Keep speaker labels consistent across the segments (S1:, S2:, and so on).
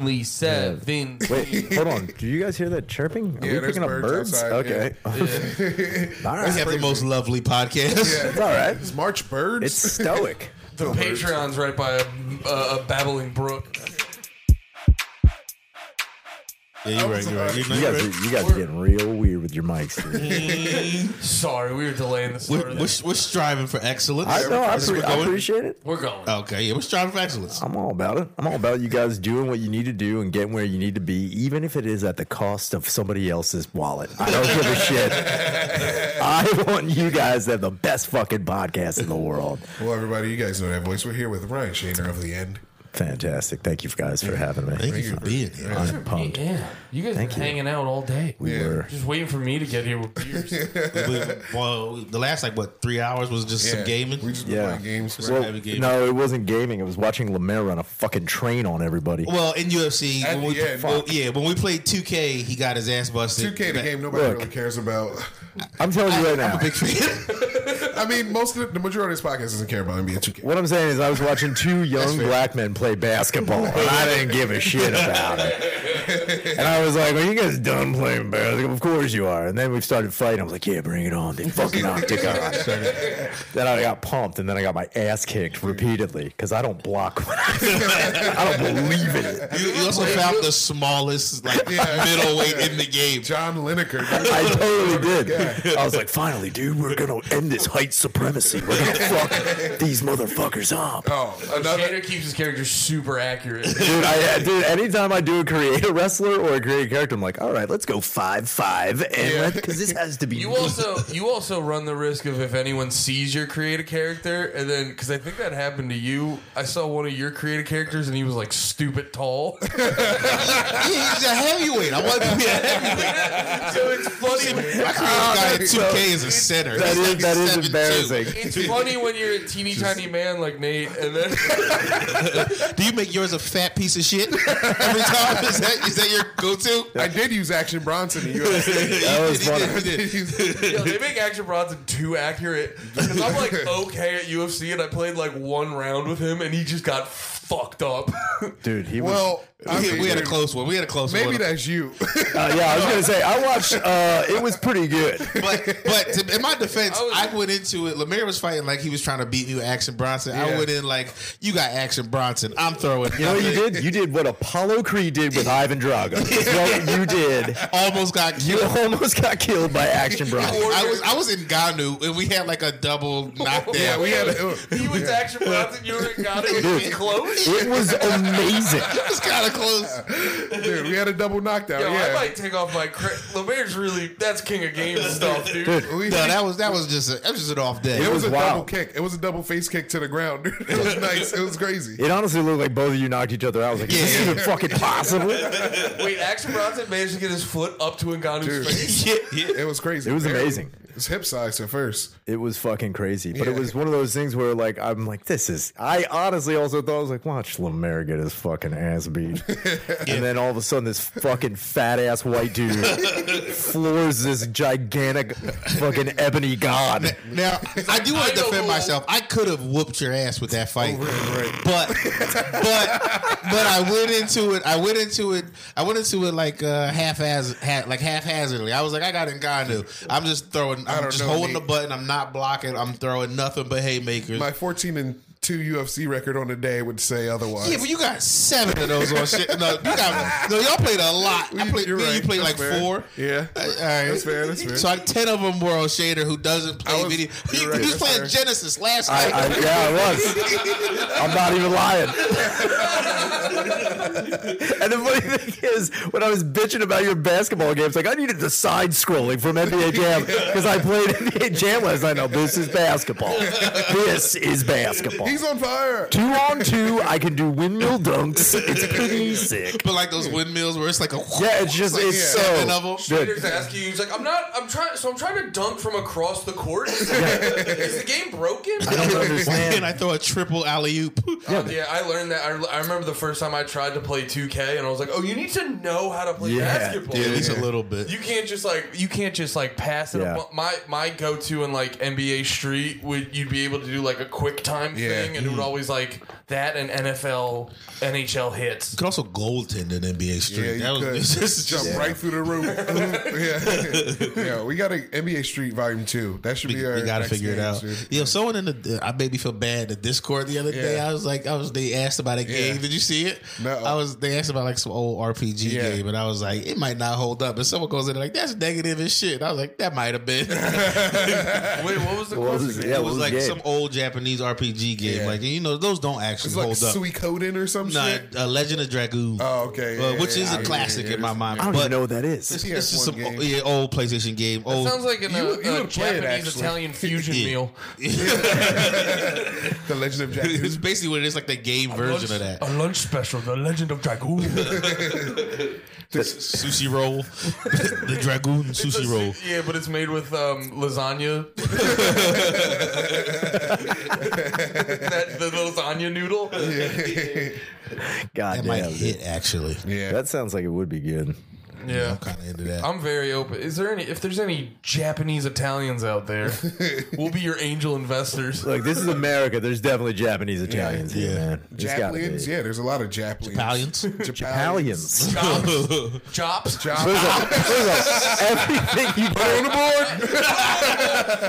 S1: Lee said, then
S2: Wait, hold on. Do you guys hear that chirping? Are
S3: Yeah,
S2: we
S3: there's
S2: picking up
S3: birds
S2: birds?
S3: outside,
S2: okay. All
S4: We
S2: right.
S4: have the most lovely podcast.
S2: It's all right.
S3: It's March birds.
S2: It's stoic.
S1: the Patreon's right by a, a, a babbling brook.
S4: Yeah, you're right. You're right. You're
S2: You guys,
S4: right.
S2: are, you guys are getting real weird with your mics. dude.
S1: Sorry, we were delaying the
S4: We're,
S1: start. of
S4: we're,
S1: this.
S4: we're striving for excellence.
S2: I know. I,
S4: That's where
S2: appre-
S4: we're
S2: I
S4: going.
S2: appreciate it.
S1: We're going.
S4: Okay, yeah, we're striving for excellence.
S2: I'm all about it. I'm all about you guys doing what you need to do and getting where you need to be, even if it is at the cost of somebody else's wallet. I don't give a shit. I want you guys to have the best fucking podcast in the world.
S3: well, everybody, you guys know that voice. We're here with Ryan Shaner of the End.
S2: Fantastic. Thank you guys for having me.
S4: Thank you for being here.
S2: I'm pumped.
S1: Yeah, you guys
S2: Oh, Thank
S1: been
S2: you.
S1: hanging out all day.
S2: We were.
S1: just waiting for me to get here with beers.
S4: We- well, the last like what three hours was just some gaming.
S3: We just been
S2: Yeah.
S3: playing games.
S2: Well,
S4: having gaming.
S2: no, it wasn't gaming. It was watching Lemaire run a fucking train on everybody.
S4: well, in UFC,
S3: At
S4: when we,
S3: the end.
S4: well, yeah, when we played 2K, he got his ass busted.
S3: 2K, the
S4: Back-
S3: game nobody
S2: Look.
S3: really cares about.
S2: I'm telling you right now.
S4: Big fan.
S3: I mean, most of the, the majority of this podcast doesn't care about NBA 2K.
S2: What I'm saying is, I was watching two young
S3: fair.
S2: black men play basketball, and I didn't give a shit about it. And I was like, "Are you guys done playing basketball? Of course you are." And then we started fighting. I was like, "Yeah, bring it on! They fucking knocked it on." Then I got pumped, and then I got my ass kicked repeatedly because I don't block. When I, I don't believe in it.
S4: you, you also found the smallest like
S3: Yeah.
S4: middleweight in the game.
S3: John Lineker.
S2: I
S3: dude.
S2: totally did. I was like, "Finally, dude, we're gonna end this height supremacy. We're gonna fuck these motherfuckers up."
S3: oh, another.
S1: Shader keeps his character super accurate.
S2: Dude, I, dude, anytime I do a create a wrestler or a create a character, I'm like, all right, let's go five five, and because this has to be.
S1: You also you also run the risk of if anyone sees your create a character and then because I think that happened to you. I saw one of your create a characters and he was like stupid tall.
S4: Yeah, he's a heavyweight. I want to be a heavyweight.
S1: so it's funny.
S4: I created guy in 2K as a center.
S2: that
S4: He's
S2: is
S4: like
S2: that is
S4: 7'2".
S2: embarrassing.
S1: It's funny when you're a teeny tiny man like Nate and then
S4: Do you make yours a fat piece of shit every time? Is that is that your go-to?
S3: I did use Action Bronson in UFC.
S2: That was funny.
S1: Yo, they make Action Bronson too accurate. Because I'm like okay at UFC and I played like one round with him and he just got fucked up.
S2: dude. He was.
S3: well, I
S4: We,
S3: mean,
S4: we had a close one. We had a close
S3: Maybe
S4: one.
S3: that's you.
S2: uh, yeah, I was gonna say I watched. Uh, it was pretty good.
S4: but but to, in my defense,
S1: I
S4: I,
S1: was-
S4: went into it. Lemire was fighting like he was trying to beat me with Action Bronson. I
S3: Yeah.
S4: went in like you got Action Bronson. I'm throwing.
S2: You know what you did? You did what Apollo Creed did with Ivan Drago. That's what you did.
S4: Almost got
S2: You
S4: killed.
S2: almost got killed by Action Bronson.
S4: I was I was in Ganu and we had like a double knockdown.
S3: yeah, we had. A,
S1: He was Action Bronson, you were got it
S2: Dude.
S1: close.
S2: It was amazing.
S4: it was kind of close.
S3: dude, we had a double knockdown.
S1: Yo, I
S3: yeah.
S1: might take off my cra- Lemaire's really that's king of game stuff, dude.
S3: We-
S4: No, that was that was just a, that was just an off day.
S3: It,
S2: was
S3: was, a
S2: wild.
S3: double kick. It was a double face kick to the ground. dude. It was nice. It was crazy.
S2: It honestly looked like both of you knocked each other out. I was like, is this even fucking possible?
S1: Wait, Action Bronson managed to get his foot up to Ngannou's
S3: Dude.
S1: face.
S3: It was crazy.
S2: It was amazing.
S3: It's hip sized at first.
S2: It was fucking crazy, but it
S3: Yeah.
S2: was one of those things where like I'm like, this is. I honestly also thought I was like, watch Lemaire get his fucking ass beat, and then all of a sudden this fucking fat ass white dude floors this gigantic fucking ebony god.
S4: Now I do want
S1: I
S4: to
S1: know
S4: defend
S1: who-
S4: myself. I could have whooped your ass with that
S3: Oh,
S4: fight, but but but I went into it. I went into it. I went into it like uh, half as ha, like haphazardly. I was like, I got Ngannou. I'm just throwing. I'm
S3: don't
S4: just
S3: know,
S4: holding
S3: Nate.
S4: the button. I'm not blocking. I'm throwing nothing but haymakers.
S3: My 14 and 2 UFC record on the day would say otherwise.
S4: yeah, but you got seven of those on shit. No, you got no. Y'all played a lot. I
S3: You-
S4: played.
S3: you're
S4: me and You
S3: right.
S4: played
S3: That's
S4: like
S3: fair.
S4: four.
S3: Yeah.
S4: Uh, all right.
S3: That's fair, that's fair.
S4: So I, ten of them were on Shader, who doesn't play
S3: I was-
S4: video. He,
S3: you're right,
S4: he was
S3: that's fair.
S4: playing Genesis last
S2: I,
S4: night.
S2: I, yeah, I was. I'm not even lying. and the funny thing is, when I was bitching about your basketball games, like I needed the side scrolling from NBA Jam because I played NBA Jam last night. No, this is basketball. This is basketball.
S3: He's on fire.
S2: two on two, I can do windmill dunks. It's pretty sick.
S4: But like those windmills where it's like a
S2: Yeah, it's just it's
S3: yeah.
S4: seven
S2: so
S4: of them.
S2: good.
S1: Peter's asking you, he's like, I'm not, I'm trying, so I'm trying to dunk from across the court. Is the game broken?
S2: I don't understand.
S4: And I throw a triple alley oop.
S1: Yeah, I learned that. I, I remember the first time I tried to play 2K, and I was like, "Oh, you need to know how to play
S2: Yeah,
S1: basketball.
S4: at least a little bit.
S1: You can't just like you can't just like pass it.
S2: Yeah.
S1: up. My my go to in like NBA Street would you'd be able to do like a quick time
S3: Yeah. Mm.
S1: thing, and it would always like that and NFL, NHL hits.
S4: could also goaltend in NBA
S3: Yeah,
S4: Street.
S3: you
S4: that
S3: could
S4: was
S3: just jump right through the roof. yeah, yeah. We got an NBA Street Volume Two. That should
S4: We,
S3: be our.
S4: we gotta
S3: next
S4: figure it
S3: game,
S4: out.
S3: dude.
S4: Yo, someone in the I made me feel bad in the Discord the other day.
S3: Yeah.
S4: I was like, I was they asked about a game. Did you see it?
S3: No.
S4: I was they asked about like some old RPG
S3: Yeah.
S4: game, and I was like, it might not hold up. And someone goes in there like, that's negative as shit. And I was like, that might have been.
S1: Wait, what was the
S2: What
S1: question?
S2: was it? Yeah,
S4: it
S2: what
S4: was
S2: was
S4: like
S2: the game?
S4: some old Japanese RPG game.
S3: Yeah.
S4: Like you know, those don't actually
S3: It's like
S4: hold up.
S3: Suikoden or some
S4: Nah,
S3: shit.
S4: uh, Legend of Dragoon,
S3: Oh, okay.
S4: uh,
S3: Yeah,
S4: which
S3: yeah,
S4: is
S3: yeah,
S4: a
S3: yeah,
S4: classic
S3: yeah,
S4: in my
S3: yeah.
S4: mind.
S2: I don't
S4: but
S2: even know what that is.
S4: It's, it's just some
S3: PS1
S4: old- yeah, old PlayStation game. Old,
S1: Sounds like an,
S3: You-
S1: uh,
S3: you
S1: a
S3: would play it,
S1: Japanese
S3: actually.
S1: Italian fusion
S4: Yeah.
S1: meal.
S3: The Legend of Jack.
S4: it's basically what it is, like the game version of that.
S1: A lunch special, The Legend of Dragoon.
S4: sushi roll, the dragoon sushi roll.
S1: yeah, but it's made with um, lasagna. that, the lasagna noodle.
S2: God
S4: That might
S2: damn. dude.
S4: hit actually.
S3: yeah.
S2: That sounds like it would be good.
S1: Yeah.
S4: Kind of into that.
S1: I'm very open. Is there any? If there's any Japanese Italians out there, we'll be your angel investors.
S2: Look, this is America. There's definitely Japanese Italians here,
S4: Yeah.
S2: man. It's gotta be.
S3: Japlians? Yeah, there's a lot of Japlians.
S4: Italians.
S2: Italians.
S1: Chops, chops.
S3: Jap-
S2: Everything you
S3: on the board.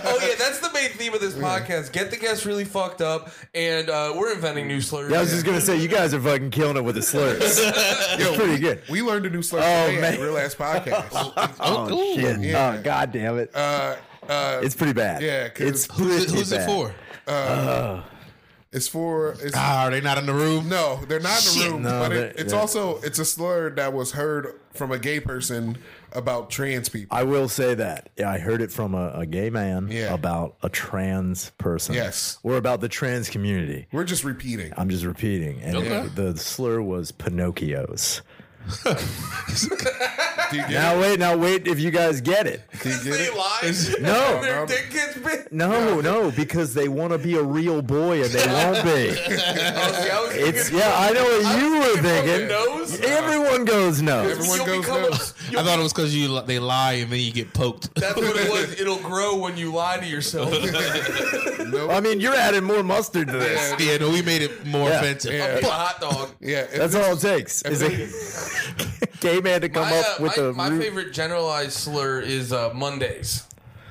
S1: Oh yeah, that's the main theme of this podcast. Get the guests really fucked up, and uh, we're inventing new slurs.
S2: Yeah, I was just gonna say you guys are fucking killing it with the slurs.
S3: Oh,
S2: You're pretty good.
S3: We learned a new slur
S2: Oh,
S3: today at
S2: man.
S3: Real Ass Podcast.
S2: Oh shit!
S3: Yeah.
S2: Oh god damn it!
S3: uh, uh,
S2: it's pretty bad.
S3: yeah, 'cause-
S2: it's
S4: Who's, it,
S2: pretty
S4: who's it
S2: bad.
S4: for?
S3: it's for it's,
S4: Ah, are they not in the room?
S3: no, they're not in the
S4: Shit.
S3: room.
S2: No,
S3: but
S2: they're-
S3: it, it's
S2: they're-
S3: also it's a slur that was heard from a gay person about trans people.
S2: I will say that. Yeah, I heard it from a, a gay man
S3: Yeah.
S2: about a trans person.
S3: Yes.
S2: or about the trans community.
S3: We're just repeating.
S2: I'm just repeating, and
S1: Okay.
S2: it- the slur was Pinocchios.
S3: Do you get
S2: Now wait, now wait. If you guys get it,
S3: it? Do you get
S1: They
S3: it?
S1: lie.
S2: No.
S1: their dick gets big.
S2: no, no, because they want to be a real boy and they won't be.
S1: Oh, see, I was
S2: It's
S1: thinking
S2: yeah. I know what you were
S1: fucking
S2: thinking.
S1: nose.
S2: Everyone goes no.
S3: Everyone
S1: You'll
S3: goes
S1: become a-
S3: nose.
S1: you'll-
S4: I thought it was because you li- they lie and then you get poked.
S1: that's what it was. It'll grow when you lie to yourself.
S2: I mean, you're adding more mustard to this.
S4: yeah, no, we made it more
S2: Yeah.
S4: offensive.
S1: A hot dog.
S3: Yeah, if
S2: That's all it takes is a gay man to come
S1: My, uh,
S2: up with
S1: my,
S2: a
S1: my
S2: root-
S1: favorite generalized slur is uh, Mondays.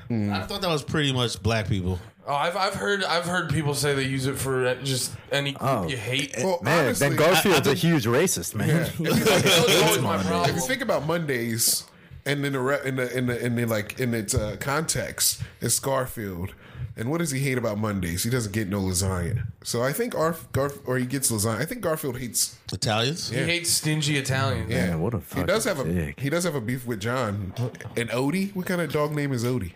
S4: I thought that was pretty much black people.
S1: Oh, I've, I've heard I've heard people say they use it for just any group
S2: Oh.
S1: you hate.
S3: well,
S2: man.
S3: honestly,
S2: then Garfield's a huge racist, man.
S1: That's always my problem.
S3: if you think about Mondays and in the re- in the in the in the like in its uh, context, it's Garfield. And what does he hate about Mondays? He doesn't get no lasagna. So I think Arf, Garf or he gets lasagna. I think Garfield hates.
S4: Italians?
S1: He hates stingy Italians.
S3: Yeah,
S2: Man, what a
S3: he does have
S2: fucking
S3: a
S2: dick.
S3: he does have a beef with John and Odie. What kind of dog name is Odie?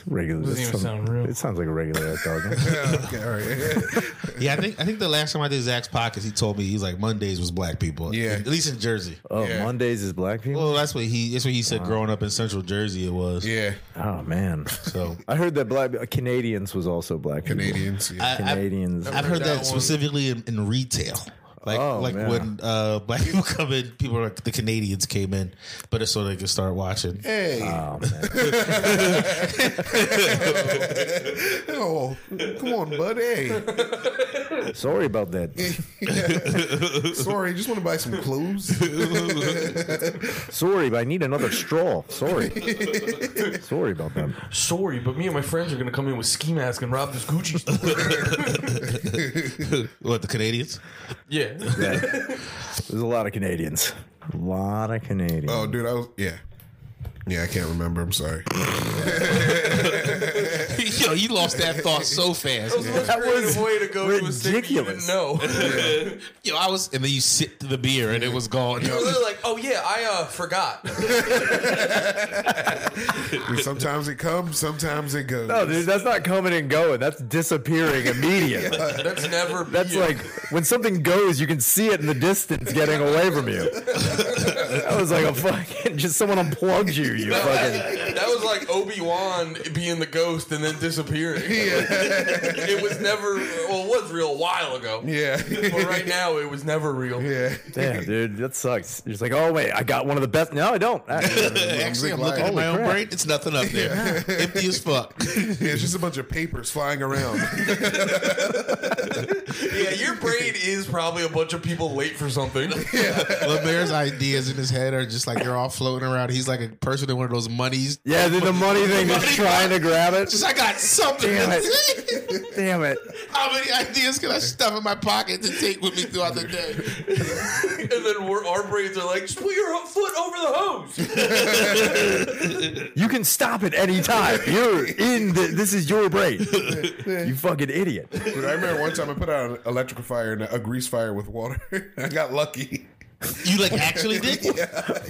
S2: regular.
S1: Doesn't even
S2: some-
S1: sound real.
S2: It sounds like a regular ass dog. huh?
S3: Yeah, okay, all right.
S4: Yeah, I think I think the last time I did Zach's podcast, he told me he's like Mondays was black people.
S3: Yeah.
S4: at least in Jersey.
S2: Oh,
S3: Yeah.
S2: Mondays is black people.
S4: Well, that's what he that's what he
S2: Uh-huh.
S4: said growing up in Central Jersey. It was
S3: yeah,
S2: Oh man,
S4: so.
S2: I heard that black uh, Canadians was also black. people.
S3: Canadians. Yeah.
S4: I- I,
S2: Canadians.
S4: I've heard
S1: that one.
S4: that, specifically in, in retail. Like
S2: Oh,
S4: like
S2: yeah.
S4: when uh, black people come in, people are like the Canadians came in, but it's so they could start watching.
S3: hey,
S4: Uh,
S3: oh, come on, buddy.
S2: Sorry about that.
S3: Sorry, just want to buy some clothes.
S2: Sorry, but I need another straw. Sorry. Sorry about that.
S1: Sorry, but me and my friends are gonna come in with ski masks and rob this Gucci store.
S4: What the Canadians?
S1: yeah.
S2: Yeah. There's a lot of Canadians. A lot of Canadians.
S3: Oh, dude, I was yeah, yeah. I can't remember. I'm sorry.
S4: Yo, you lost that thought so fast. man.
S1: That was way to go
S2: ridiculous.
S1: to a city you didn't know.
S4: Yo, I was, and then you sipped the beer and it was gone.
S1: You're literally like, oh yeah, I uh, forgot.
S3: I mean, sometimes it comes, sometimes it goes.
S2: No, Oh, dude, that's not coming and going. That's disappearing immediately.
S1: That's never.
S2: That's
S1: you.
S2: like when something goes, you can see it in the distance getting away from you. That was like a fucking just someone unplugged you. You fucking.
S1: That was like Obi Wan being the ghost and then disappearing. it was never. Well, it was real a while ago.
S3: Yeah.
S1: But right now, it was never real.
S3: Yeah.
S2: Damn, dude, that sucks. You're just like, oh wait, I got one of the best. No, I don't.
S4: Actually, I'm
S3: Holy
S4: looking at my own
S2: crap.
S4: brain. It's nothing up there. Empty as fuck.
S3: Yeah, it's just a bunch of papers flying around.
S1: Yeah, your brain is probably a bunch of people late for something.
S4: LeBear's ideas in his head are just like they're all floating around. He's like a person in one of those monies.
S2: yeah, dude, the money thing, just trying to grab it.
S4: Just I got something.
S2: Damn Damn it.
S4: How many ideas can I stuff in my pocket to take with me throughout the day?
S1: and then we're, our brains are like, just put your ho- foot over the hose.
S2: You can stop at any time. You're in the, this is your brain. You fucking idiot.
S3: Dude, I remember one time I put out an electrical fire and a grease fire with water. I got lucky.
S4: You like actually did?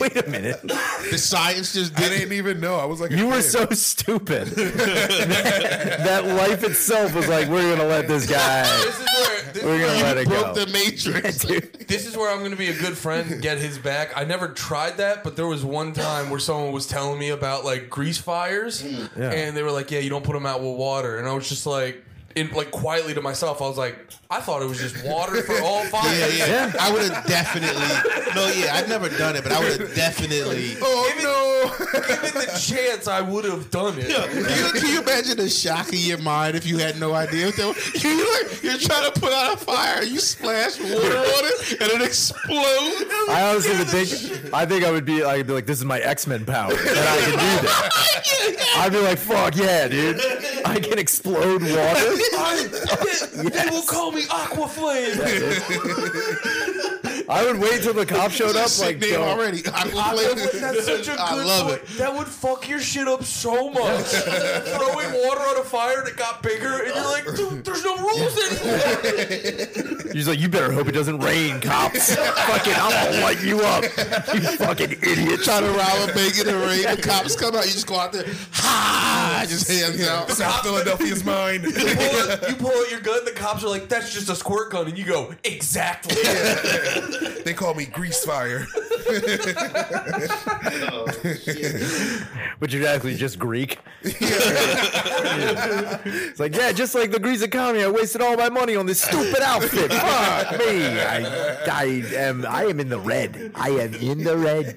S2: Wait a minute.
S4: The science just
S3: I
S4: did it.
S3: didn't even know. I was like, a
S2: You were
S3: kid.
S2: so stupid. that, that life itself was like, we're gonna let this guy
S1: This is where this,
S2: we're
S1: is
S2: gonna
S1: where,
S2: let it go.
S4: Broke the matrix.
S2: Dude,
S1: this is where I'm going to be a good friend and get his back. I never tried that, but there was one time where someone was telling me about like grease fires, and they were like, "Yeah, you don't put them out with water," and I was just like. In, like quietly to myself, I was like, I thought it was just water for all fires.
S4: Yeah, yeah. I would have definitely. No, yeah, I've never done it, but I would have definitely.
S3: Oh no!
S1: Given the chance, I would have done it.
S4: Can you, can you imagine the shock in your mind if you had no idea? What that, you like, you're trying to put out a fire, you splash water on it, and it explodes.
S2: I honestly would think I think I would be I'd be like, this is my X-Men power. And I can do this. I'd be like, fuck yeah, dude. I can explode water.
S1: I, They will call me Aquaflame.
S2: I would wait till the cop showed up.
S4: Sick
S2: Like,
S4: name
S2: yo,
S4: already. I,
S1: That's such a good
S4: I love
S1: point. That would fuck your shit up so much. Throwing water on a fire that got bigger, and you're like, dude, there's no rules anymore.
S2: he's like, you better hope it doesn't rain, cops. fucking, I'm gonna light you up. You fucking idiot.
S4: Trying to rob a bank in the rain. The cops come out. You just go out there. Ha! Just hands out.
S3: South Philadelphia's mine.
S1: You pull, out, you pull out your gun, the cops are like, that's just a squirt gun, and you go, exactly.
S3: they call me Grease Fire.
S2: But you're actually just Greek. it's like, yeah, just like the Greece economy, I wasted all my money on this stupid outfit. Fuck me. I, I am I am in the red. I am in the red.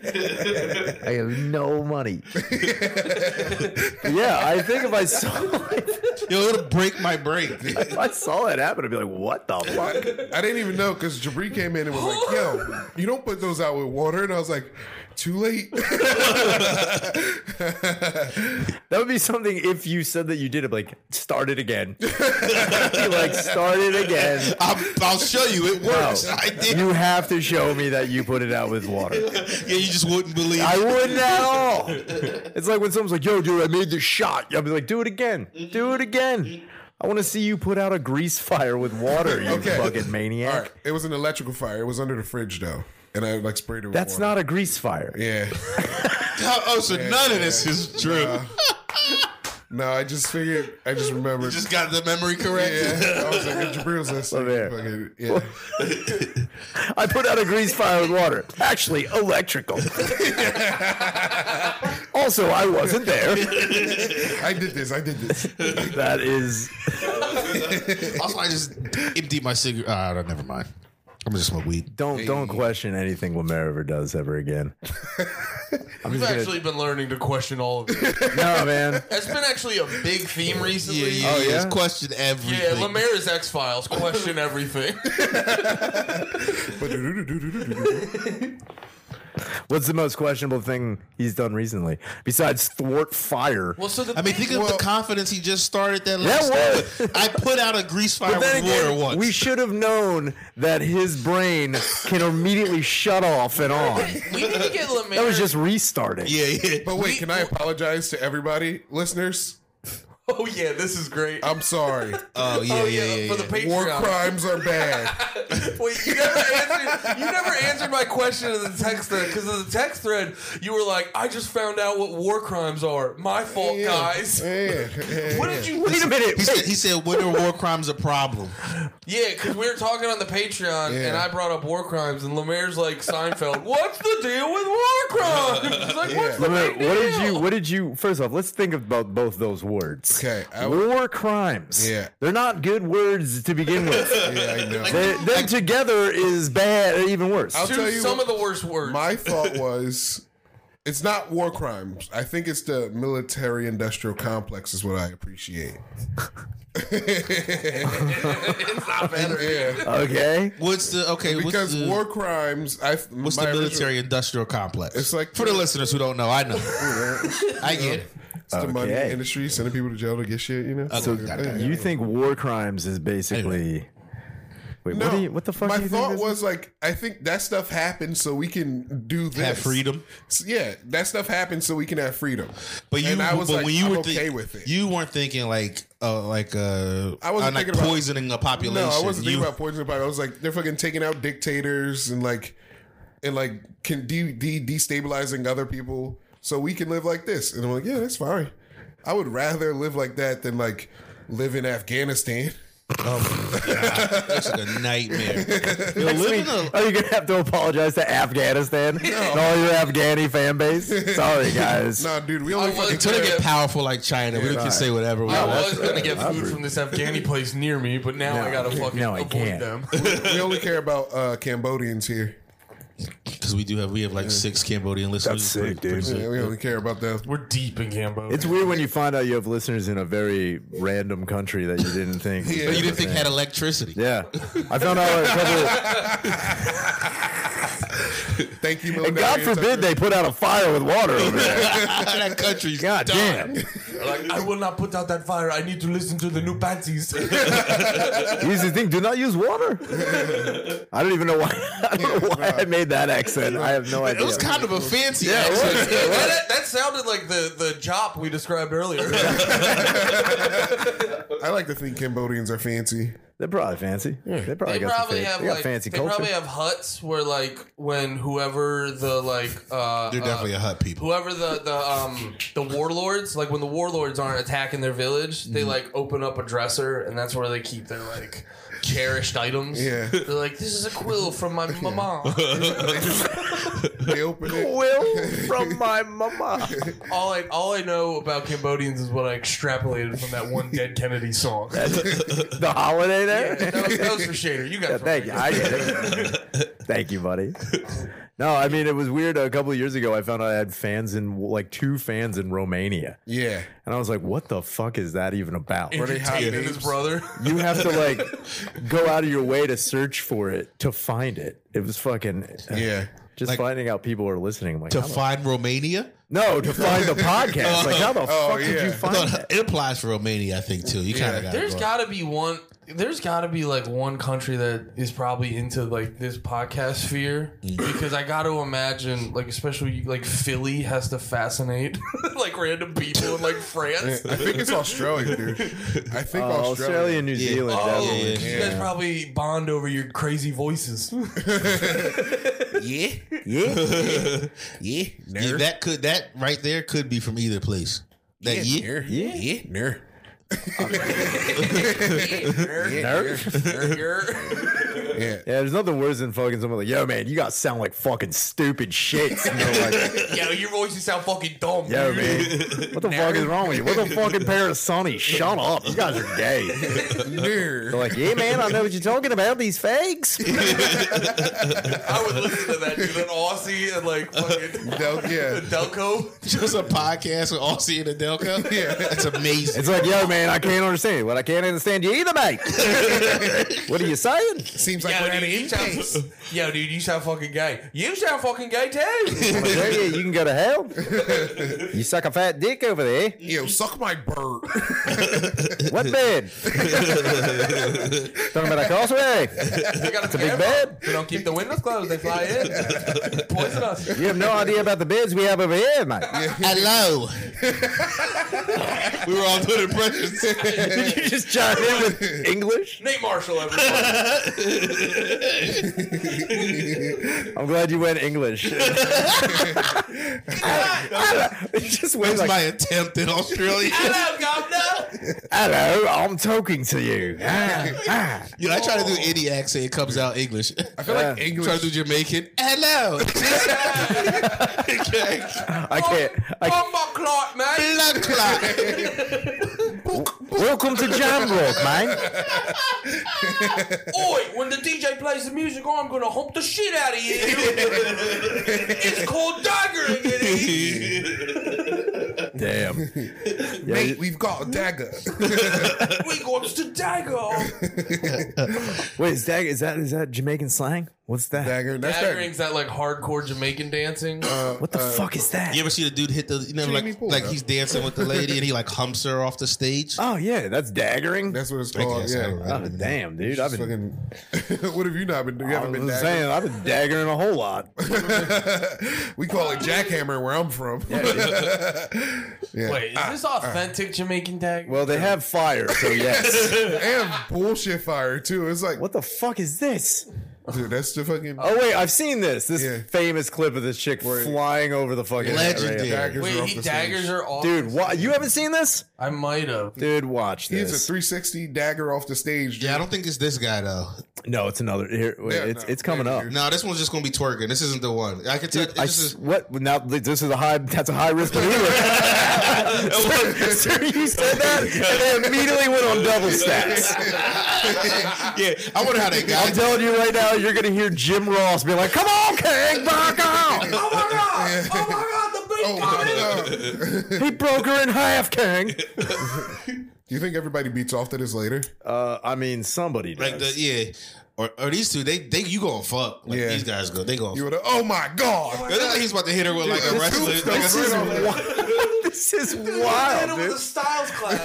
S2: I have no money. yeah, I think if I saw
S4: Yo, it'll break my brain.
S2: if I saw that happen, I'd be like, what the fuck?
S3: I didn't even know because Jabri came in and was like, "Yo, you don't put those out with water," and I was like, "Too late."
S2: That would be something if you said that you did it, like start it again. Be like start it again.
S4: I'm, I'll show you. It
S2: No,
S4: works. I did.
S2: you have to show me that you put it out with water.
S4: Yeah, you just wouldn't believe.
S2: I
S4: it.
S2: wouldn't at all. It's like when someone's like, "Yo, dude, I made this shot." I'll be like, "Do it again. Do it again." I want to see you put out a grease fire with water, you
S3: Okay.
S2: fucking maniac.
S3: All right, it was an electrical fire. It was under the fridge though, and I like sprayed it. With
S2: That's
S3: water.
S2: not a grease fire.
S3: Yeah.
S4: Oh, so none of this is true.
S3: No, I just figured. I just remembered.
S4: Just got the memory correct.
S3: yeah, I was like, Jabri was listening.
S2: there.
S3: Fucking, yeah.
S2: I put out a grease fire with water. Actually, electrical. also, I wasn't there.
S3: I did this. I did this.
S2: That is
S4: Also, I just emptied my cigarette. Ah, no, never mind. I'm gonna just smoke weed.
S2: don't don't question anything Lemare ever does ever again. I'm
S1: I've
S2: just gonna,
S1: actually been learning to question all of this.
S2: no, man.
S1: That's been actually a big theme
S4: Yeah,
S1: recently.
S4: yeah,
S2: Oh,
S4: yeah.
S2: yeah?
S4: Just question
S1: Yeah,
S4: everything.
S1: Lemaire's X Files. Question everything.
S2: What's the most questionable thing he's done recently besides thwart fire?
S1: Well, so the
S4: I mean, think of
S3: Well-
S4: the confidence he just started that
S2: That
S4: last
S2: was-
S4: time. I put out a grease fire with
S2: Then again,
S4: water once.
S2: We should have known that his brain can immediately shut off and on.
S1: we need to get Lemaire.
S2: That was just restarting.
S3: Oh,
S4: yeah, yeah.
S3: But wait, can I apologize to everybody, listeners?
S1: Oh yeah, this is great.
S3: I'm sorry.
S4: Oh yeah,
S1: oh
S4: yeah, yeah.
S1: for
S4: yeah.
S1: the Patreon.
S3: War crimes are bad.
S1: Wait, you never answered. You never answered my question in the text thread because in the text thread you were like, "I just found out what war crimes are. My fault,
S3: Yeah.
S1: guys."
S3: Yeah, yeah,
S1: What
S3: yeah.
S1: did you? Wait
S2: Wait a minute.
S4: he said, he said, when are war crimes a problem?
S1: Yeah, because we were talking on the Patreon,
S3: Yeah.
S1: and I brought up war crimes, and Lemaire's like Seinfeld. What's the deal with war crimes? He's like, what's the
S2: Wait a
S1: big
S2: minute,
S1: deal?
S2: what did you? What did you? First off, let's think about both those words.
S3: Okay, I would-
S2: War crimes.
S3: Yeah.
S2: They're not good words to begin with.
S3: Yeah, I know.
S2: They- them together is bad, or even worse.
S3: I'll
S1: Two-
S3: tell you
S1: some
S3: what-
S1: of the worst words.
S3: My thought was, it's not war crimes. I think it's the military industrial complex is what I appreciate.
S1: it's not better.
S3: Yeah,
S2: Okay.
S4: What's the okay? what's
S3: because
S4: the,
S3: war crimes. I
S4: What's the military industrial complex?
S3: It's like-
S4: for the listeners who don't know, I know, I get it.
S3: It's the money
S2: Okay.
S3: industry sending people to jail to get shit. You know.
S4: So got it, got it.
S2: You think war crimes is basically? Wait, what, do you, what the fuck?
S3: My
S2: do you
S3: thought
S2: think this is?
S3: was like, I think that stuff happened so we can do this.
S4: Have freedom,
S3: S- Yeah, that stuff happened so we can have freedom.
S4: but you.
S3: and I was
S4: but
S3: like,
S4: when you
S3: I'm
S4: were
S3: okay
S4: think-
S3: with it.
S4: you weren't thinking like, uh, like, uh,
S3: I wasn't
S4: uh, like
S3: thinking about-
S4: poisoning a population.
S3: no, I wasn't thinking
S4: You-
S3: about poison pipe. I was like, they're fucking taking out dictators and like, and like, can de- de- destabilizing other people so we can live like this. And I'm like, yeah, that's fine. I would rather live like that than like live in Afghanistan.
S4: Oh That's like a nightmare. Yo,
S2: Next
S4: living
S2: week,
S4: a-
S2: are you gonna have to apologize to Afghanistan and all your Afghani fan base? Sorry, guys.
S3: No, dude, we only
S1: I
S3: fucking.
S1: was-
S4: until they get powerful like China, we can say whatever we
S1: I
S4: want.
S1: was gonna get food from this Afghani place near me, but now I gotta fucking
S2: No, I
S1: avoid
S2: can't.
S1: them.
S3: we only care about uh, Cambodians here.
S4: because we do have we have like six Cambodian listeners.
S2: That's sick, dude.
S3: Yeah, we only care about them.
S1: We're deep in Cambodia.
S2: It's weird when you find out you have listeners in a very random country that you didn't think.
S3: Yeah.
S4: But you didn't think had electricity.
S2: Yeah, I found out. A couple,
S3: Thank you,
S2: and God
S3: military
S2: forbid they put out a fire with water over there.
S4: that country's
S2: God
S4: done.
S2: damn,
S1: like, I will not put out that fire. I need to listen to the new panties.
S2: use the thing. Do not use water. I don't even know why. I don't know why I made that accent. I have no idea.
S4: It was kind of a fancy
S2: it was.
S4: accent.
S1: that, that sounded like the the job we described earlier.
S3: I like to think Cambodians are fancy.
S2: They're probably fancy. They probably,
S1: they
S2: got some
S1: probably
S2: fan-
S1: have
S2: they got
S1: like
S2: fancy
S1: they
S2: culture.
S1: probably have huts where like when whoever the like uh,
S4: They're
S1: uh,
S4: definitely a hut people.
S1: whoever the the um the warlords like when the warlords aren't attacking their village they like open up a dresser and that's where they keep their like cherished items
S3: Yeah.
S1: they're like this is a quill from my mama
S3: They open it.
S2: Will from my mama.
S1: all i all i know about cambodians is what i extrapolated from that one dead kennedy song
S2: the holiday there.
S1: that, was, that was for shader you got it from
S2: Thank
S1: me.
S2: you. I get it. Thank you, buddy. No, I mean it was weird. A couple of years ago, I found out I had fans in like two fans in Romania,
S3: Yeah.
S2: and I was like, "What the fuck is that even about?"
S1: Andrew
S3: hot
S1: Tate and his
S3: babes?
S1: brother
S2: You have to like go out of your way to search for it to find it. It was fucking
S3: Yeah.
S2: Just
S4: Like-
S2: finding out people are listening. I'm like,
S4: to
S2: how the-
S4: find Romania.
S2: no, to find the podcast. Like, how the fuck did
S3: yeah.
S2: you
S4: I
S2: find
S4: thought
S2: that?
S4: it applies for Romania, I think too. You kind of got
S1: There's got to be one. There's got to be like one country that is probably into like this podcast sphere because I got to imagine like especially like Philly has to fascinate like random people in like France.
S3: I think it's Australia, dude. I think
S2: Uh,
S3: Australia.
S2: Australia, New Zealand.
S1: Oh,
S2: definitely.
S4: yeah,
S1: you guys probably bond over your crazy voices.
S4: yeah,
S2: Yeah.
S4: yeah,
S3: Nerd.
S4: That could that right there could be from either place. That yeah,
S3: Near.
S2: Yeah.
S3: Near. Yeah.
S2: Yeah, there's nothing worse than fucking someone like, yo, man, you gotta sound like fucking stupid shit. And they're like,
S1: Yo, your voices sound fucking dumb.
S2: yo,
S1: dude.
S2: man, what the fuck is wrong with you? What the fucking pair of Sonny? Shut up. You guys are gay. They're
S3: Near.
S2: like, yeah, man, I know what you're talking about, these fakes.
S1: I would listen to that dude, an Aussie and like fucking
S3: Del- yeah.
S1: Delco.
S4: just a podcast with Aussie and Adelka. Yeah, that's amazing.
S2: It's like, yo, man, I can't understand. What I can't understand, you either, mate. what are you saying?
S3: Seems like
S1: Like, when
S3: that
S1: you, you
S3: ain't
S1: sound, yo, dude, you sound fucking gay. You sound fucking gay too.
S2: Well, there you, you can go to hell. You suck a fat dick over there.
S3: Yo, suck my bird.
S2: What bed? Talking about a causeway.
S1: they got a
S2: Big bed.
S1: They don't keep the windows closed. They fly in, poison us.
S2: You have no idea about the beds we have over here, mate.
S4: Hello. we were all doing impressions.
S2: Did you just chime in with English?
S1: Nate Marshall, everybody.
S2: I'm glad you went English. It just went
S4: That's
S2: like,
S4: my attempt in Australia.
S1: Hello, governor.
S2: hello, I'm talking to you. Ah, ah.
S4: You know, I try to do any accent, it comes out English. I
S3: feel like
S4: try to do Jamaican. Hello.
S2: I can't. I,
S1: Bomba clock, mate.
S4: Blood clot.
S2: welcome to Jam Rock, man.
S1: Oi, when the DJ plays the music, I'm gonna hump the shit out of you. it's called daggering. it is.
S2: Damn. Yeah,
S3: Mate, we've got a dagger.
S1: We gots to dagger.
S2: wait, is that, is that is that Jamaican slang? What's that?
S3: Dagger. That's
S1: Daggering's that like hardcore Jamaican dancing.
S2: what
S3: uh,
S2: the fuck is that?
S4: You ever see the dude hit the, you know,
S3: Jamie
S4: like,
S3: Poole,
S4: like
S3: bro.
S4: he's dancing with the lady and he like humps her off the stage?
S2: Oh yeah, that's daggering.
S3: that. That's what it's called.
S4: guess, I don't
S3: Yeah.
S2: oh, damn, dude, I've
S3: It's
S2: been.
S3: Fucking, what have you not been doing? You
S2: I
S3: haven't been
S2: was
S3: daggering.
S2: saying, I've been daggering a whole lot.
S3: we call it jackhammer where I'm from. Yeah.
S1: Wait, is this authentic Jamaican tag?
S2: Well, they have fire, so yes.
S3: And bullshit fire too. It's like,
S2: what the fuck is this?
S3: dude, that's the fucking
S2: Oh wait, I've seen this. This
S3: Yeah.
S2: famous clip of this chick flying over the fucking
S4: Legendary.
S2: rail.
S3: daggers are
S1: Wait,
S3: off
S1: he
S3: the
S1: daggers
S3: stage.
S1: are off.
S2: Dude, what? You haven't seen this?
S1: I might have.
S2: Dude, watch
S3: He has a
S2: this.
S3: 360 dagger off the stage. Dude.
S4: Yeah, I don't think it's this guy though.
S2: no, it's another. Here, wait,
S3: Yeah,
S2: it's
S3: no,
S2: it's coming up.
S4: No, this one's just gonna be twerking. This isn't the one. I can tell.
S2: I,
S4: this is,
S2: what now? This is a high. That's a high risk maneuver. sir, sir, you said that, and they immediately went on double stats.
S4: yeah, I wonder how they got.
S2: I'm telling you right now, you're gonna hear Jim Ross be like, "Come on, King, back out!"
S1: Oh my god! Oh my god! The beat
S3: Oh,
S1: coming!
S3: my God.
S2: He broke her in half, King.
S3: Do you think everybody beats off to this later?
S2: Uh, I mean, somebody does.
S4: Like the, yeah, or, or these two, they they you gonna fuck? Like
S3: Yeah.
S4: these guys go, they gonna.
S3: You
S4: fuck.
S3: would have, oh my God.
S4: It looked like he's about to hit her with like a wrestler. Like a
S2: this, is wild. this is wild,
S1: with
S2: dude.
S1: a Styles clash.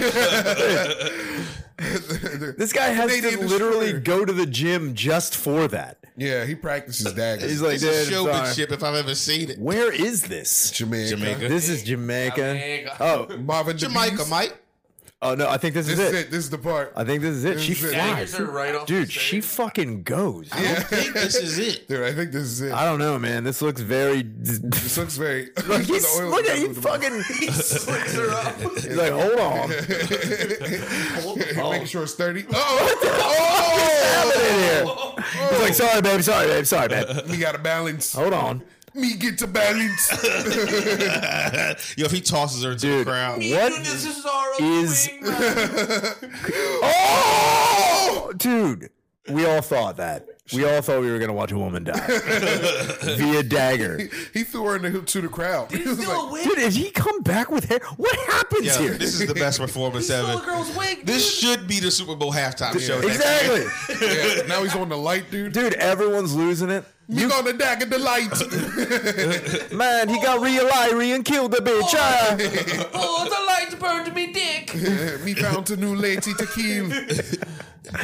S2: This guy has to
S3: Canadian
S2: literally
S3: destroyer.
S2: go to the gym just for that.
S3: Yeah, he practices daggers.
S2: He's like,
S4: it's a
S2: dude, I'm sorry.
S4: showmanship if I've ever seen it.
S2: where is this?
S3: Jamaica.
S4: Jamaica.
S2: This is Jamaica.
S1: Jamaica.
S2: Oh,
S3: Marvin the
S4: Jamaica,
S3: Beast.
S4: Mike.
S2: oh no, I think this is
S3: This is
S2: it.
S3: it. This is the part.
S2: I think this is it. She
S3: This is it.
S2: flies.
S1: Daggers are right off the
S2: Dude,
S1: stage.
S2: she fucking goes.
S4: I don't think this is it.
S3: Dude, I think this is it.
S2: I don't know, man. This looks very.
S3: this looks very.
S2: Like
S3: The
S2: he's,
S3: oil
S2: look at
S3: got
S2: he
S3: moved
S2: fucking.
S1: Slicks her up.
S2: He's like, hold on.
S3: about. Make sure it's Oh, sturdy. Oh,
S2: What's happening here? He's like, sorry, babe, sorry, babe, sorry, babe.
S3: me got to balance.
S2: Hold on.
S3: Me get to balance.
S4: Yo, if he tosses her into
S2: Dude.
S4: the crowd,
S2: What
S1: Dude, this is our
S2: is-
S1: thing, man.
S2: Oh, dude, we all thought that. We all thought we were gonna watch a woman die via dagger. Dude,
S3: he threw her into to the crowd. He
S1: He's
S3: was
S1: still a
S3: like,
S1: wig.
S2: did he come back with hair? What happens
S4: yeah,
S2: here?
S4: this is the best performance
S1: He's still a
S4: ever.
S1: girl's wig.
S4: This
S1: dude.
S4: should be the Super Bowl halftime show.
S2: Exactly,
S3: yeah, now he's on the light, dude.
S2: dude. Everyone's losing it.
S3: Me on the dagger the light.
S2: Man, he got Rhea Lyrie and killed the bitch. ah.
S1: Oh, the lights burned me dick.
S3: me found a new lady to kill.
S2: Ah.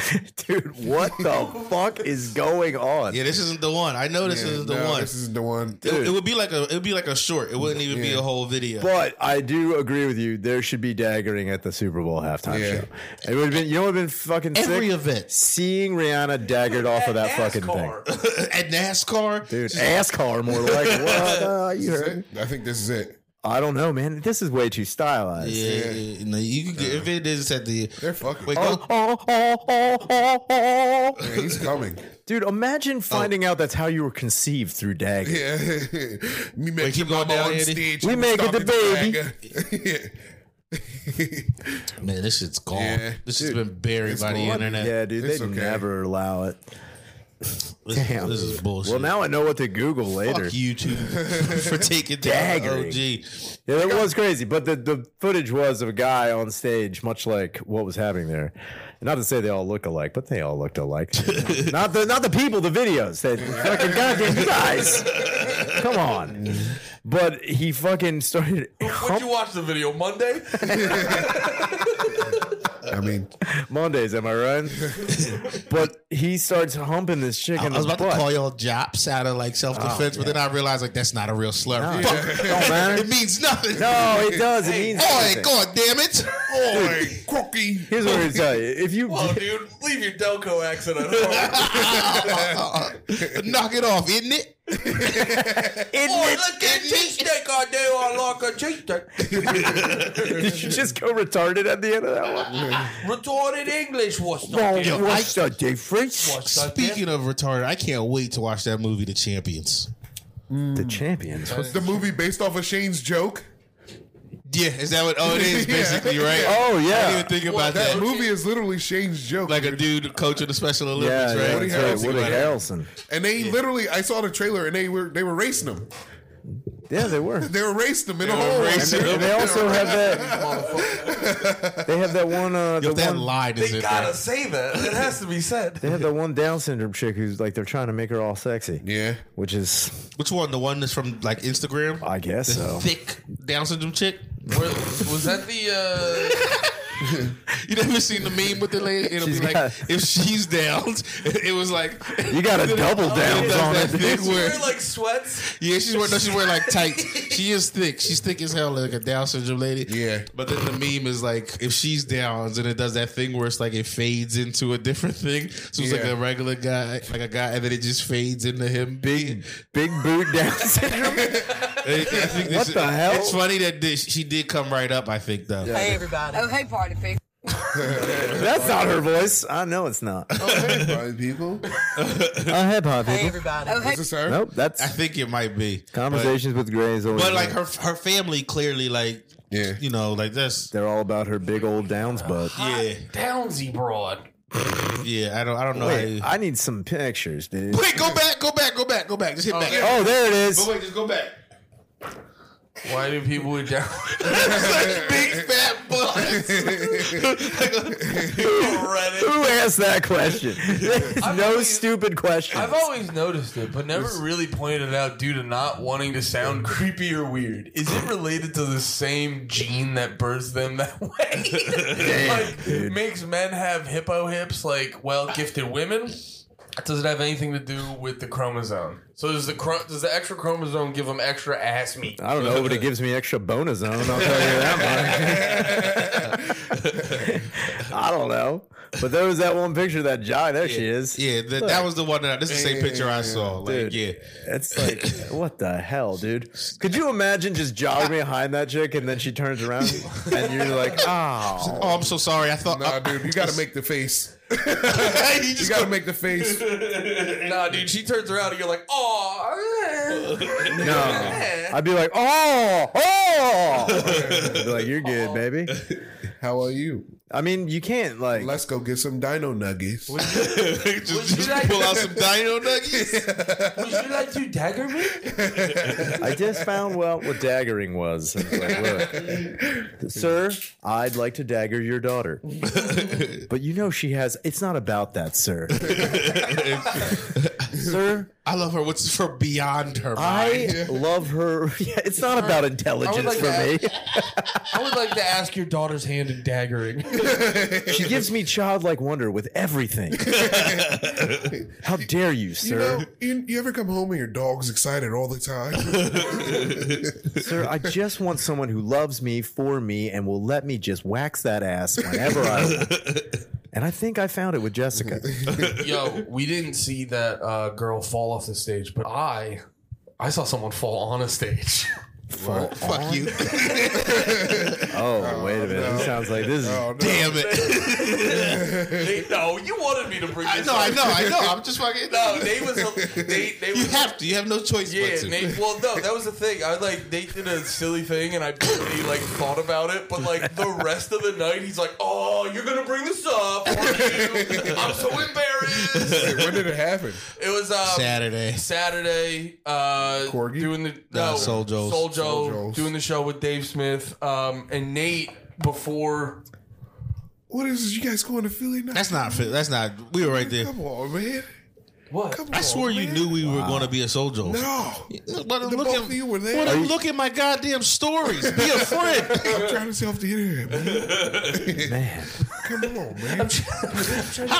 S2: Dude, what the fuck is going on?
S4: Yeah, this isn't the one. I know this
S3: Yeah,
S4: isn't the
S3: no,
S4: one.
S3: uh, This isn't the one.
S4: it, it would be like a it would be like a short. It wouldn't even be a whole video.
S2: But I do agree with you. There should be daggering at the Super Bowl halftime
S3: Yeah.
S2: show. It would have been, you know, what would have been fucking
S4: Every
S2: sick
S4: event
S2: seeing Rihanna daggered off of that fucking thing.
S1: NASCAR.
S4: at NASCAR,
S2: Dude, ass car more like what? Uh, you
S3: This
S2: heard?
S3: is it. I think this is it.
S2: I don't know, man. This is way too stylized.
S4: Yeah, yeah, no, you could get, if it is at the
S3: They're fucking.
S4: wait,
S2: Oh, oh, oh, oh, oh, oh.
S3: Yeah, he's coming.
S2: Dude,
S4: Oh.
S2: imagine finding out that's how you were conceived through dagger.
S3: Yeah. me make
S4: keep
S3: him
S4: going
S3: on
S4: down, Andy.
S3: stage.
S2: We
S3: and
S2: make
S3: stop
S2: it the
S3: dagger.
S4: go- man, this shit's gone.
S3: Yeah,
S4: this has been buried by the
S3: gone.
S4: internet.
S2: Yeah, dude,
S3: It's
S2: they'd
S3: okay.
S2: never allow it.
S4: This,
S2: Damn.
S4: this is bullshit.
S2: Well, now I know what to Google later.
S4: fuck you two for taking down
S2: Daggering.
S4: OG.
S2: Yeah, that was crazy. But the, the footage was of a guy on stage, much like what was happening there. Not to say they all look alike, but they all looked alike. not the not the people, the videos. That fucking goddamn you guys. Come on. But he fucking started
S1: When'd you watch the video? Monday?
S3: I mean,
S2: Mondays, am I right? but he starts humping this chick
S4: I
S2: in
S4: was
S2: the
S4: about
S2: butt.
S4: to call y'all Jops out of like self defense, but then I realized like that's not a real slur.
S2: Oh, No.
S4: Fuck.
S2: Don't matter.
S4: it means nothing.
S2: no, it does. It means
S4: Oi,
S2: everything.
S4: god damn it. Oi.
S3: hey, crookie.
S2: Here's what I'm gonna tell you. If you
S1: Oh, dude, leave your Delco accent at home.
S4: Knock it off, isn't it?
S1: Boy, look at cheese steak all day. I like a cheese steak.
S2: did you just go retarded at the end of that one?
S1: Retarded English. What's
S2: Well,
S1: that?
S2: what's the difference?
S1: What's that?
S4: Speaking of retarded, I can't wait to watch that movie, The Champions.
S2: The champions. What's-
S3: The movie based off of Shane's joke.
S4: Yeah, is that what? Oh, it is basically right.
S2: Oh
S4: I didn't
S2: yeah.
S4: even think
S1: Well,
S4: about
S3: That
S4: that.
S3: movie is literally Shane's joke.
S4: Like a dude coaching the Special
S2: Yeah,
S4: Olympics,
S2: yeah,
S4: right?
S2: Woody,
S3: Harrelson,
S2: Harrelson, Woody
S3: right.
S2: Harrelson.
S3: and they literally, I saw the trailer, and they were they were racing him.
S2: Yeah, they were.
S3: They were racing him in a hole.
S2: And they, and they also have that.
S1: Motherfucker.
S2: They have that one. Uh, the
S4: Yo, that
S2: one
S4: line is
S1: They
S4: in
S1: gotta
S4: there.
S1: say that. It has to be said.
S2: they have that one Down syndrome chick who's like they're trying to make her all sexy.
S3: Yeah.
S2: Which is,
S4: Which one? The one that's from like Instagram?
S2: I guess so.
S4: Thick Down syndrome chick.
S1: Where, was that the? uh,
S4: You never seen the meme with the lady? It'll
S2: She's
S4: be like
S2: got-
S4: if she's down. It was like
S2: You got a double down
S4: does
S2: on
S4: that
S2: it.
S4: thing
S1: Uh,
S4: where
S1: wear like sweats.
S4: yeah, she's wearing no, she's wearing like tights. She is thick. She's thick as hell, like a Down syndrome lady.
S3: Yeah.
S4: But then the meme is like if she's down, then it does that thing where it's like it fades into a different thing. So it's like
S3: Yeah.
S4: a regular guy, like a guy, and then it just fades into him.
S2: Big, big boot Down syndrome.
S4: I think
S2: What
S4: this-
S2: the hell?
S4: It's funny that this, she did come right up. I think though.
S5: Hey, everybody. Oh, hey, party people.
S2: That's not her voice. I know it's not.
S3: Okay, fine, people.
S2: I have high people.
S5: everybody. Oh, hey.
S3: Is this her?
S2: Nope, that's
S4: I think it might be
S2: conversations with Gray is always.
S4: But, but like
S2: right.
S4: her her family clearly like
S3: Yeah.
S4: you know like that's
S2: they're all about her big old Downs butt.
S4: yeah
S1: Downsy broad.
S4: yeah I don't I don't know.
S2: Wait,
S4: how you-
S2: I need some pictures, dude.
S4: wait go back go back go back go back just hit back.
S2: Oh, there it is.
S4: But wait just go back.
S1: Why do people with down?
S4: Like big fat butt.
S1: Reddit.
S2: Who asked that question? There's
S1: I've
S2: no
S1: always-
S2: stupid question.
S1: I've always noticed it, but never really pointed it out due to not wanting to sound creepy or weird. Is it related to the same gene that births them that way? like,
S2: dude.
S1: makes men have hippo hips like well gifted women? Does it have anything to do with the chromosome? So does the chro- does the extra chromosome give them extra ass meat?
S4: Uh,
S2: I don't know, but it gives me extra bonus zone. I'll tell you that much. I don't know, but there was that one picture of that guy. There she is.
S4: yeah, that, that was the one that I, this is the same picture I saw. Like
S2: Dude.
S4: yeah.
S2: It's like, what the hell, dude? Could you imagine just jogging behind that chick and then she turns around and you're like, oh,
S4: Oh, I'm so sorry. I thought
S3: Nah, dude, you got to make the face.
S4: you
S3: You
S4: just
S3: got to make the face.
S1: Nah, dude, she turns around and you're like, oh,
S2: no. I'd be like, oh, oh. I'd be like, you're good, baby.
S3: How are you?
S2: I mean, you can't like.
S3: Let's go get some dino nuggets.
S4: just,
S1: you
S4: just
S1: like-
S4: pull out some dino nuggets.
S1: would you like to dagger me?
S2: I just found out what daggering was. I was like, Look, sir, I'd like to dagger your daughter, but you know she has. It's not about that, sir. sir,
S4: I love her. What's for beyond her mind?
S2: I love her. Yeah, it's not about intelligence
S1: like
S2: for me.
S1: I would like to ask your daughter's hand in daggering.
S2: She gives me childlike wonder with everything. How dare you,
S3: You
S2: sir?
S3: know, you, you ever come home and your dog's excited all the time?
S2: Sir, I just want someone who loves me for me and will let me just wax that ass whenever I want. And I think I found it with Jessica.
S1: Yo, we didn't see that uh, girl fall off the stage, but I, I saw someone fall on a stage.
S4: Fuck you.
S2: Oh, wait a minute. This sounds like this is
S3: Oh, no.
S4: Damn it.
S1: They- no, you wanted me to bring.
S4: I
S1: this
S4: know, I
S1: up.
S4: know, I know. I'm just fucking.
S1: No, they was. They they
S4: You
S1: was.
S4: have to. You have no choice
S1: yeah,
S4: but to.
S1: they, well, no, that was the thing. I like they did a silly thing, and I barely like thought about it. But like the rest of the night, he's like, "Oh, oh, you're gonna bring this up. aren't you? I'm so embarrassed.
S3: Wait, when did it happen?
S1: It was um,
S4: Saturday.
S1: Saturday, uh,
S3: Corgi?
S1: doing the
S4: No,
S1: no,
S4: Soul Joes.
S1: Soul Joe
S3: Soul Joes.
S1: doing the show with Dave Smith um, and Nate before.
S3: What is this? You guys going to Philly now?
S4: That's not. fit- That's not. We were right there.
S3: Come on, man.
S1: What?
S3: Come on,
S4: I swear you
S3: man.
S4: knew we were going to be a Soul Joe.
S3: No.
S4: But
S3: The
S4: look
S3: both
S4: at
S3: of you were there.
S4: But
S3: Are
S4: look at my goddamn stories. Be a friend.
S3: I'm trying to stay off the internet, man.
S2: Man.
S3: Come on, man.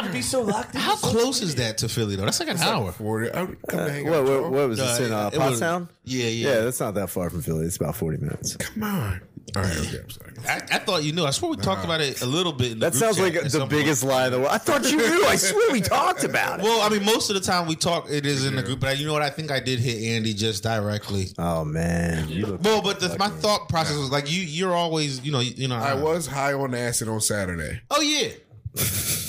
S1: I'd be so locked in.
S4: How close is that to Philly though? That's like an hour.
S3: Forty. I would
S4: Uh,
S3: come to hang
S2: What,
S3: out.
S2: what,
S3: y'all.
S2: what was this in uh,
S4: it was-
S2: Pottstown?
S4: Yeah, yeah.
S2: Yeah, that's not that far from Philly. It's about 40 minutes.
S3: Come on. All right. Okay. I'm sorry.
S4: I, I thought you knew. I swear we talked about it a little bit. In the
S2: That
S4: group
S2: sounds
S4: chat
S2: like
S4: at
S2: the
S4: some
S2: biggest lie in the world. I thought you knew. I swear we talked about it.
S4: Point. Well, I mean, most of the time we talk, it is in the group. But you know what? I think I did hit Andy just directly.
S2: oh, man. You look
S4: Well, but the, my thought process was like you. You're always, you know, you, you know.
S3: I was high on acid on Saturday,
S4: Oh yeah.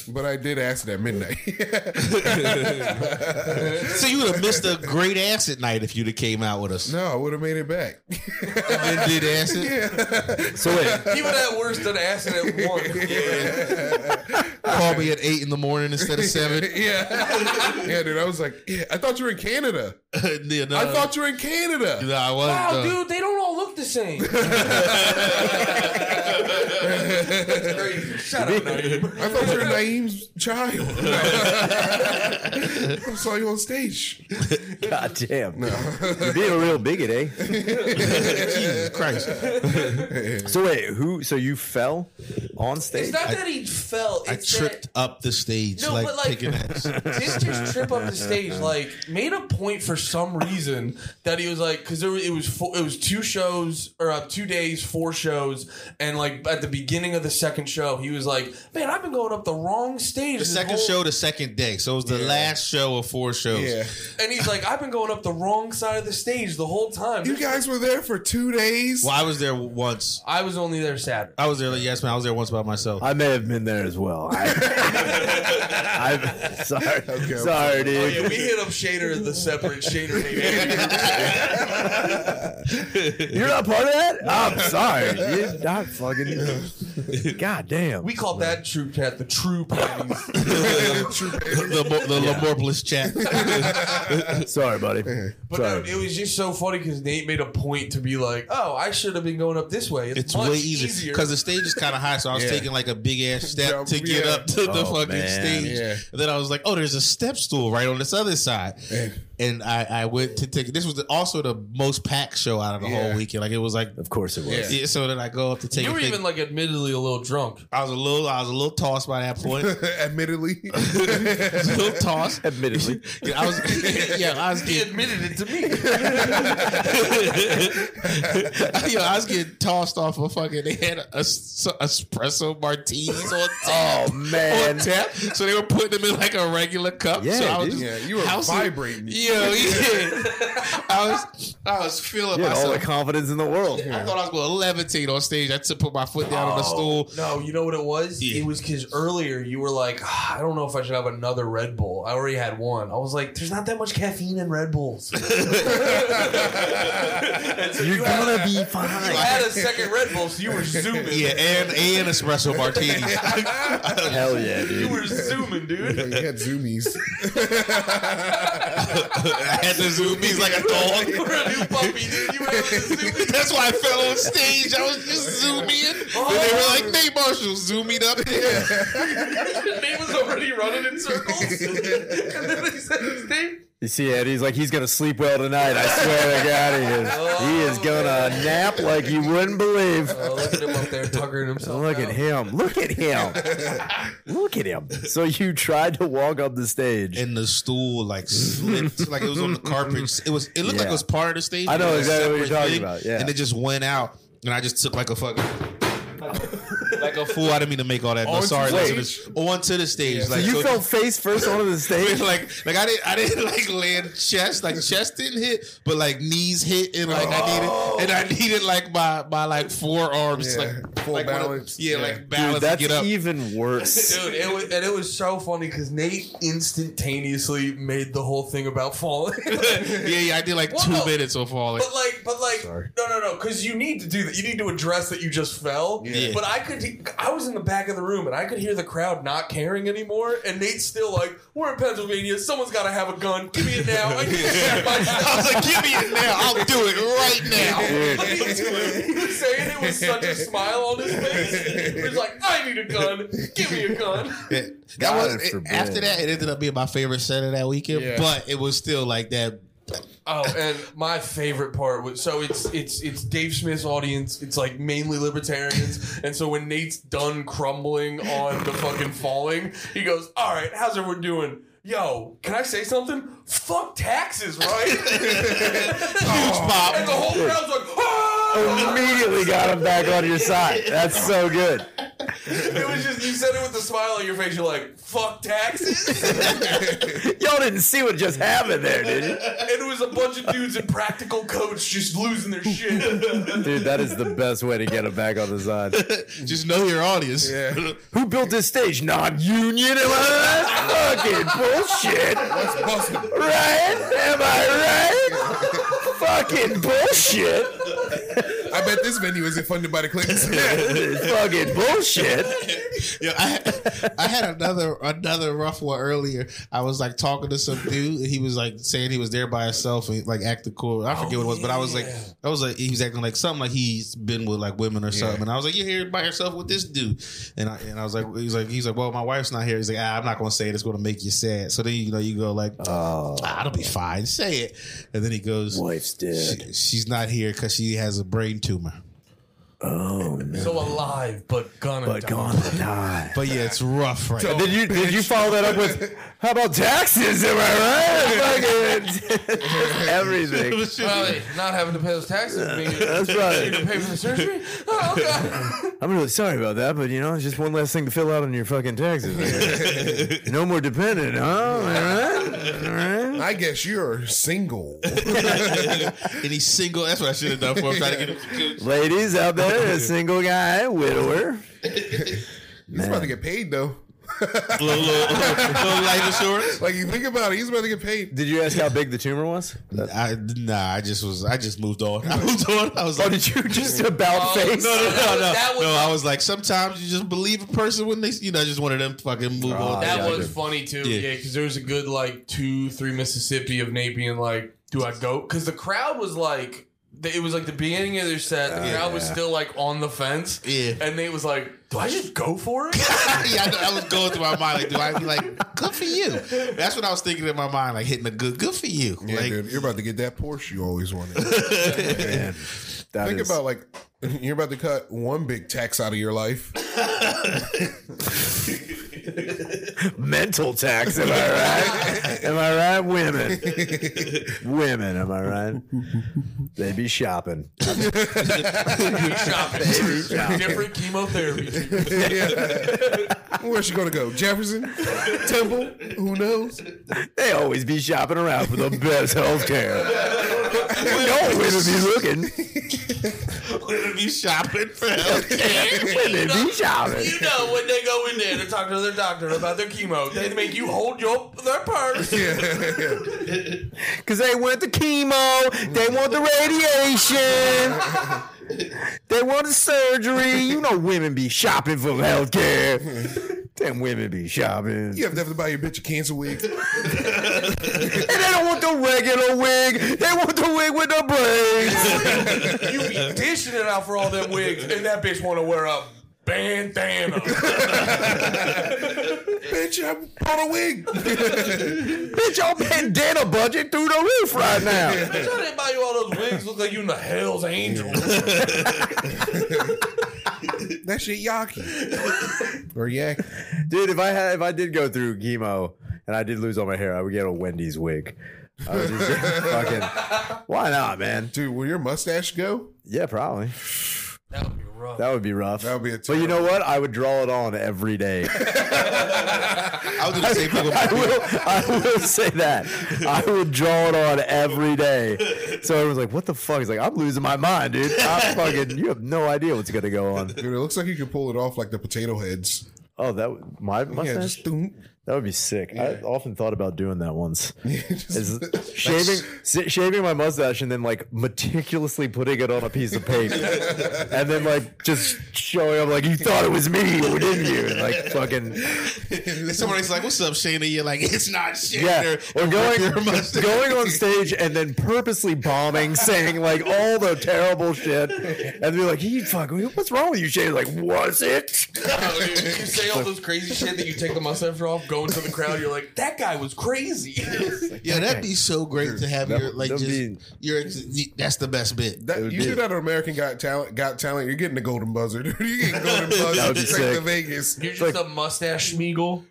S3: but I did acid at midnight.
S4: So you would have missed a great acid night if you'd have came out with us.
S3: no, I would have made it back.
S4: And then did acid.
S2: So, wait.
S1: Even at worst, an accident one.
S4: Call me at eight in the morning instead of seven.
S3: yeah. Yeah, dude. I was like, yeah, I thought you were in Canada.
S4: Yeah, no,
S3: I thought you were in Canada.
S4: No, I wasn't.
S1: Wow,
S4: uh,
S1: dude, they don't all look the same. Shut up, Naeem.
S3: I thought you were Naeem's child. I saw you on stage.
S2: God damn. You're being a real bigot, eh?
S4: Jesus Christ.
S2: So, wait. Who? So, you fell on
S1: It's
S2: stage?
S1: not that he fell. It's
S4: I tripped up the stage,
S1: No,
S4: like,
S1: but, like-
S4: kicking ass.
S1: That this just trip up the stage like made a point for some reason that he was like because there were- it was four, it was two shows or uh, two days, four shows, and like at the beginning of the second show, he was like, "Man, I've been going up the wrong stage."
S4: The second show, the second day. So it was the last show of four shows.
S3: Yeah.
S1: and he's like, "I've been going up the wrong side of the stage the whole time."
S3: You guys were there for two days.
S4: Well, I was there once.
S1: I was only there Saturday.
S4: I was there. like, Yes, man. I was there once by myself.
S2: I may have been there as well. I, I'm sorry.
S3: I'm
S2: sorry, dude.
S1: Oh, yeah, we hit up Shader the separate Shader name.
S2: You're not part of that? I'm sorry. You're not fucking. God damn.
S1: We called that troop chat the true panties.
S4: the Mo- the Lamorplis chat.
S2: sorry, buddy.
S1: But no,
S2: sorry.
S1: it was just so funny because Nate made a point to be like, "Oh, I should have been going up this way. It's,
S4: It's
S1: much
S4: way easier
S1: easier."
S4: because the stage is kind of high, so I was
S3: Yeah.
S4: taking like a big ass step
S3: Jump,
S4: to get
S3: yeah.
S4: up to the
S2: Oh,
S4: fucking
S2: man.
S4: stage.
S3: Yeah.
S4: And then I was like, "Oh, there's a step stool right on this other side," and I, I went to take. This was also the most packed show out of the
S3: Yeah.
S4: whole weekend. Like it was like,
S2: of course it was.
S3: Yeah.
S4: yeah, so then I go up to take.
S1: you
S4: a
S1: were
S4: thing.
S1: even like admittedly a little drunk.
S4: I was a little, I was a little tossed by that point.
S3: Admittedly,
S4: a little tossed.
S2: Admittedly.
S4: Yeah, I was, yeah, I was
S1: He
S4: getting,
S1: admitted it to me.
S4: yo, I was getting tossed off a fucking. They had a, s- espresso martinis on tap.
S2: Oh, man.
S4: on tap, so they were putting them in like a regular cup.
S2: Yeah,
S4: so I was
S2: dude.
S3: yeah, you were
S4: housing-
S3: vibrating.
S4: Yo, yeah, I was, I was feeling
S2: You had all the
S4: myself.
S2: confidence in the Oh. world.
S4: I thought I was going to levitate on stage. I took put my foot down on the stool.
S1: Oh, No, you know what it was?
S4: Yeah.
S1: It was because earlier you were like, "Ah, I don't know if I should have another Red Bull. I already had one. I was like, there's not that much caffeine in Red Bulls.
S2: You're gonna be fine.
S1: I had a second Red Bull, so you were zooming.
S4: Yeah, and and espresso martinis.
S2: Hell yeah,
S1: You
S2: dude.
S1: were zooming, dude.
S3: you had zoomies.
S4: I had to zoom. He's like a dog.
S1: You were a new puppy, dude. You were able to zoom in.
S4: That's why I fell on stage. I was just zooming.
S1: Oh.
S4: And they were like, Nate Marshall, zoomed up there.
S1: His name was already running in circles. and then they said his name.
S2: You see, Eddie's like, he's gonna sleep well tonight. I swear to God, he is. He is gonna nap like you wouldn't believe.
S1: Oh, look at him up there tuggering himself.
S2: Look at
S1: out.
S2: him. Look at him. Look at him. So you tried to walk up the stage.
S4: And the stool like slipped, like it was on the carpet. It was. It looked like it was
S2: Yeah.
S4: part of the stage.
S2: I know
S4: It was a
S2: exactly what you're
S4: separate
S2: talking about, yeah.
S4: and it just went out, and I just took like a fucking. like a fool, I didn't mean to make all that. No,
S3: Onto
S4: sorry,
S3: the
S4: onto the,
S3: stage?
S4: onto the stage. Like
S2: You
S4: so-
S2: fell face first onto the stage.
S4: like, like I didn't, I didn't like land chest, like chest didn't hit, but like knees hit, and like I needed, and I needed like my my like forearms,
S3: Yeah.
S4: like
S3: full
S4: like one of-
S3: balance.
S4: yeah, like balance.
S2: that's
S4: get up.
S2: even worse.
S1: Dude, it was, and it was so funny because Nate instantaneously made the whole thing about falling.
S4: yeah, yeah. I did like
S1: Well,
S4: two
S1: no.
S4: minutes of falling.
S1: But like, but like, no, no, no, because you need to do that. You need to address that you just fell.
S4: Yeah.
S1: But I could, I was in the back of the room and I could hear the crowd not caring anymore. And Nate's still like, "We're in Pennsylvania. Someone's got to have a gun. Give me it now." I can't shoot
S4: I
S1: myself.
S4: was like, give me it now. I'll do it right now.
S1: But he, was, he was saying it with such a smile on his face. He was like, "I need a gun. Give me a gun."
S4: That
S2: God
S4: was it-
S2: forbid.
S4: after that. It ended up being my favorite set of that weekend,
S3: Yeah.
S4: but it was still like that.
S1: Oh, and my favorite part was so it's it's it's Dave Smith's audience. It's like mainly libertarians, and so when Nate's done crumbling on the fucking falling, he goes, "All right, how's everyone doing?" Yo, can I say something? Fuck taxes, right? Huge
S4: pop.
S1: And the whole crowd's like,
S2: Oh,
S1: ah!
S2: Immediately got him back on your side. That's so good.
S1: It was just, you said it with a smile on your face. You're like, fuck taxes?
S2: Y'all didn't see what just happened there, did you?
S1: and it was a bunch of dudes in practical coats just losing their shit.
S2: Dude, that is the best way to get him back on the side.
S4: Just know your audience.
S3: Yeah.
S2: Who built this stage? Non-union? Am I right? fucking bullshit. Right? Am I right? fucking bullshit.
S3: I bet this venue isn't funded by the Clintons.
S2: fucking bullshit.
S4: Yeah, I, I had another another rough one earlier. I was like talking to some dude, and he was like saying he was there by himself and like acting cool. I forget what it was, but I was like, I was like, he was acting like something like he's been with like women or something. And I was like, you're here by yourself with this dude, and I and I was like, he's like, he's like, well, my wife's not here. He's like, ah, I'm not gonna say it. It's gonna make you sad. So then you know you go like, ah, it'll be fine. Say it, and then he goes,
S2: Wife's dead.
S4: "She- she's not here because she has a brain tumor.
S2: Oh, no.
S1: So alive, but gonna
S2: But
S1: die.
S2: gone to die.
S4: But yeah, it's rough, right?
S2: Did you did you follow that up with how about taxes? Am I right? Fucking everything.
S1: Probably not having to pay those taxes. Being,
S2: That's right.
S1: To pay for the surgery? Oh, God.
S2: I'm really sorry about that, but you know, it's just one last thing to fill out on your fucking taxes. no more dependent, huh? All right, all right.
S3: I guess you're single.
S4: and he's single. That's what I should have done for him. Try to get him some cooch.
S2: Ladies out there, a single guy, widower.
S3: He's about to get paid though.
S4: little, little, little life insurance.
S3: Like you think about it, he's about to get paid.
S2: Did you ask how big the tumor was?
S4: I, nah, I just was. I just moved on. I moved on. I was
S2: Oh,
S4: like,
S2: did you just about
S1: Oh,
S2: face?
S1: no,
S4: no, no, no,
S1: That
S4: no.
S1: was-
S4: no. I was like, sometimes you just believe a person when they, you know, just one of them fucking move on.
S1: That
S2: yeah, I
S1: was
S2: did.
S1: funny, too.
S4: Yeah.
S1: Yeah, because there was a good, like, two, three Mississippi of Nate being like, do I go? Because the crowd was like, the- it was like the beginning of their set.
S2: Oh,
S1: The crowd was still, like, on the fence.
S4: Yeah.
S1: And Nate was like, do I just go for it?
S4: yeah, I, know, I was going through my mind like, do I be like, good for you? That's what I was thinking in my mind, like hitting a good, good for you.
S3: Yeah,
S4: like,
S3: dude, you're about to get that Porsche you always wanted.
S2: That
S3: Think
S2: is-
S3: about like you're about to cut one big tax out of your life.
S2: mental tax. Am I right? am I right? Women, women. Am I right? They be shopping.
S1: Shopping. Different chemotherapy.
S3: Where's she gonna go? Jefferson, Temple? Who knows?
S2: They always be shopping around for the best health care. no women be looking.
S4: gonna be shopping for healthcare.
S2: Women be shopping.
S1: You know, when they go in there to talk to their doctor about their chemo, they make you hold your their purse.
S2: Because they want the chemo. They want the radiation. They want the surgery. You know women be shopping for health care. Damn women be shopping.
S3: You have to have to buy your bitch a cancer wig.
S2: And they don't want the regular wig. They want the wig with the braids.
S1: You be dishing it out for all them wigs, and that bitch want to wear a bandana.
S3: bitch, I bought a wig.
S2: Bitch, your bandana budget through the roof right now.
S1: bitch, I didn't buy you all those wigs. Look like you in the Hell's Angels.
S3: that shit yaki. or yak.
S2: Dude, if I had if I did go through chemo and I did lose all my hair, I would get a Wendy's wig. I would just fucking, why not, man?
S3: Dude, will your mustache go?
S2: Yeah, probably.
S1: That would be rough.
S2: That would be rough.
S3: That would be a
S2: But you know what? I would draw it on every day.
S4: I was gonna say people.
S2: I will. I will say that. I would draw it on every day. So everyone's like, "What the fuck?" He's like, "I'm losing my mind, dude. I'm fucking. You have no idea what's gonna go on."
S3: Dude, it looks like you could pull it off like the potato heads.
S2: Oh, that would- my
S3: Yeah,
S2: mustache.
S3: just doom.
S2: that would be sick. I often thought about doing that once.
S3: just,
S2: Is shaving si- shaving my mustache and then like meticulously putting it on a piece of paper and then like just showing up like you thought it was me didn't you and like fucking
S4: And somebody's like, "What's up, Shayna?" You're like, "It's not Shayna."
S2: yeah or
S4: Rip
S2: going
S4: your mustache.
S2: going on stage and then purposely bombing saying like all the terrible shit and be like he fuck what's wrong with you Shane like was it
S1: No, dude, you say all those crazy shit that you take the mustache off, go into the crowd, you're like, that guy was crazy.
S4: Yeah, that'd be so great to have your like
S2: that'd
S4: just
S2: be-
S4: your. Ex- that's the best bit.
S3: that, you do that on American Got Talent. Got Talent. You're getting the golden buzzer, dude. You're getting
S2: That
S3: golden buzzer
S2: would be
S3: straight to
S2: sick.
S3: Vegas.
S1: You're just a mustache schmeagle.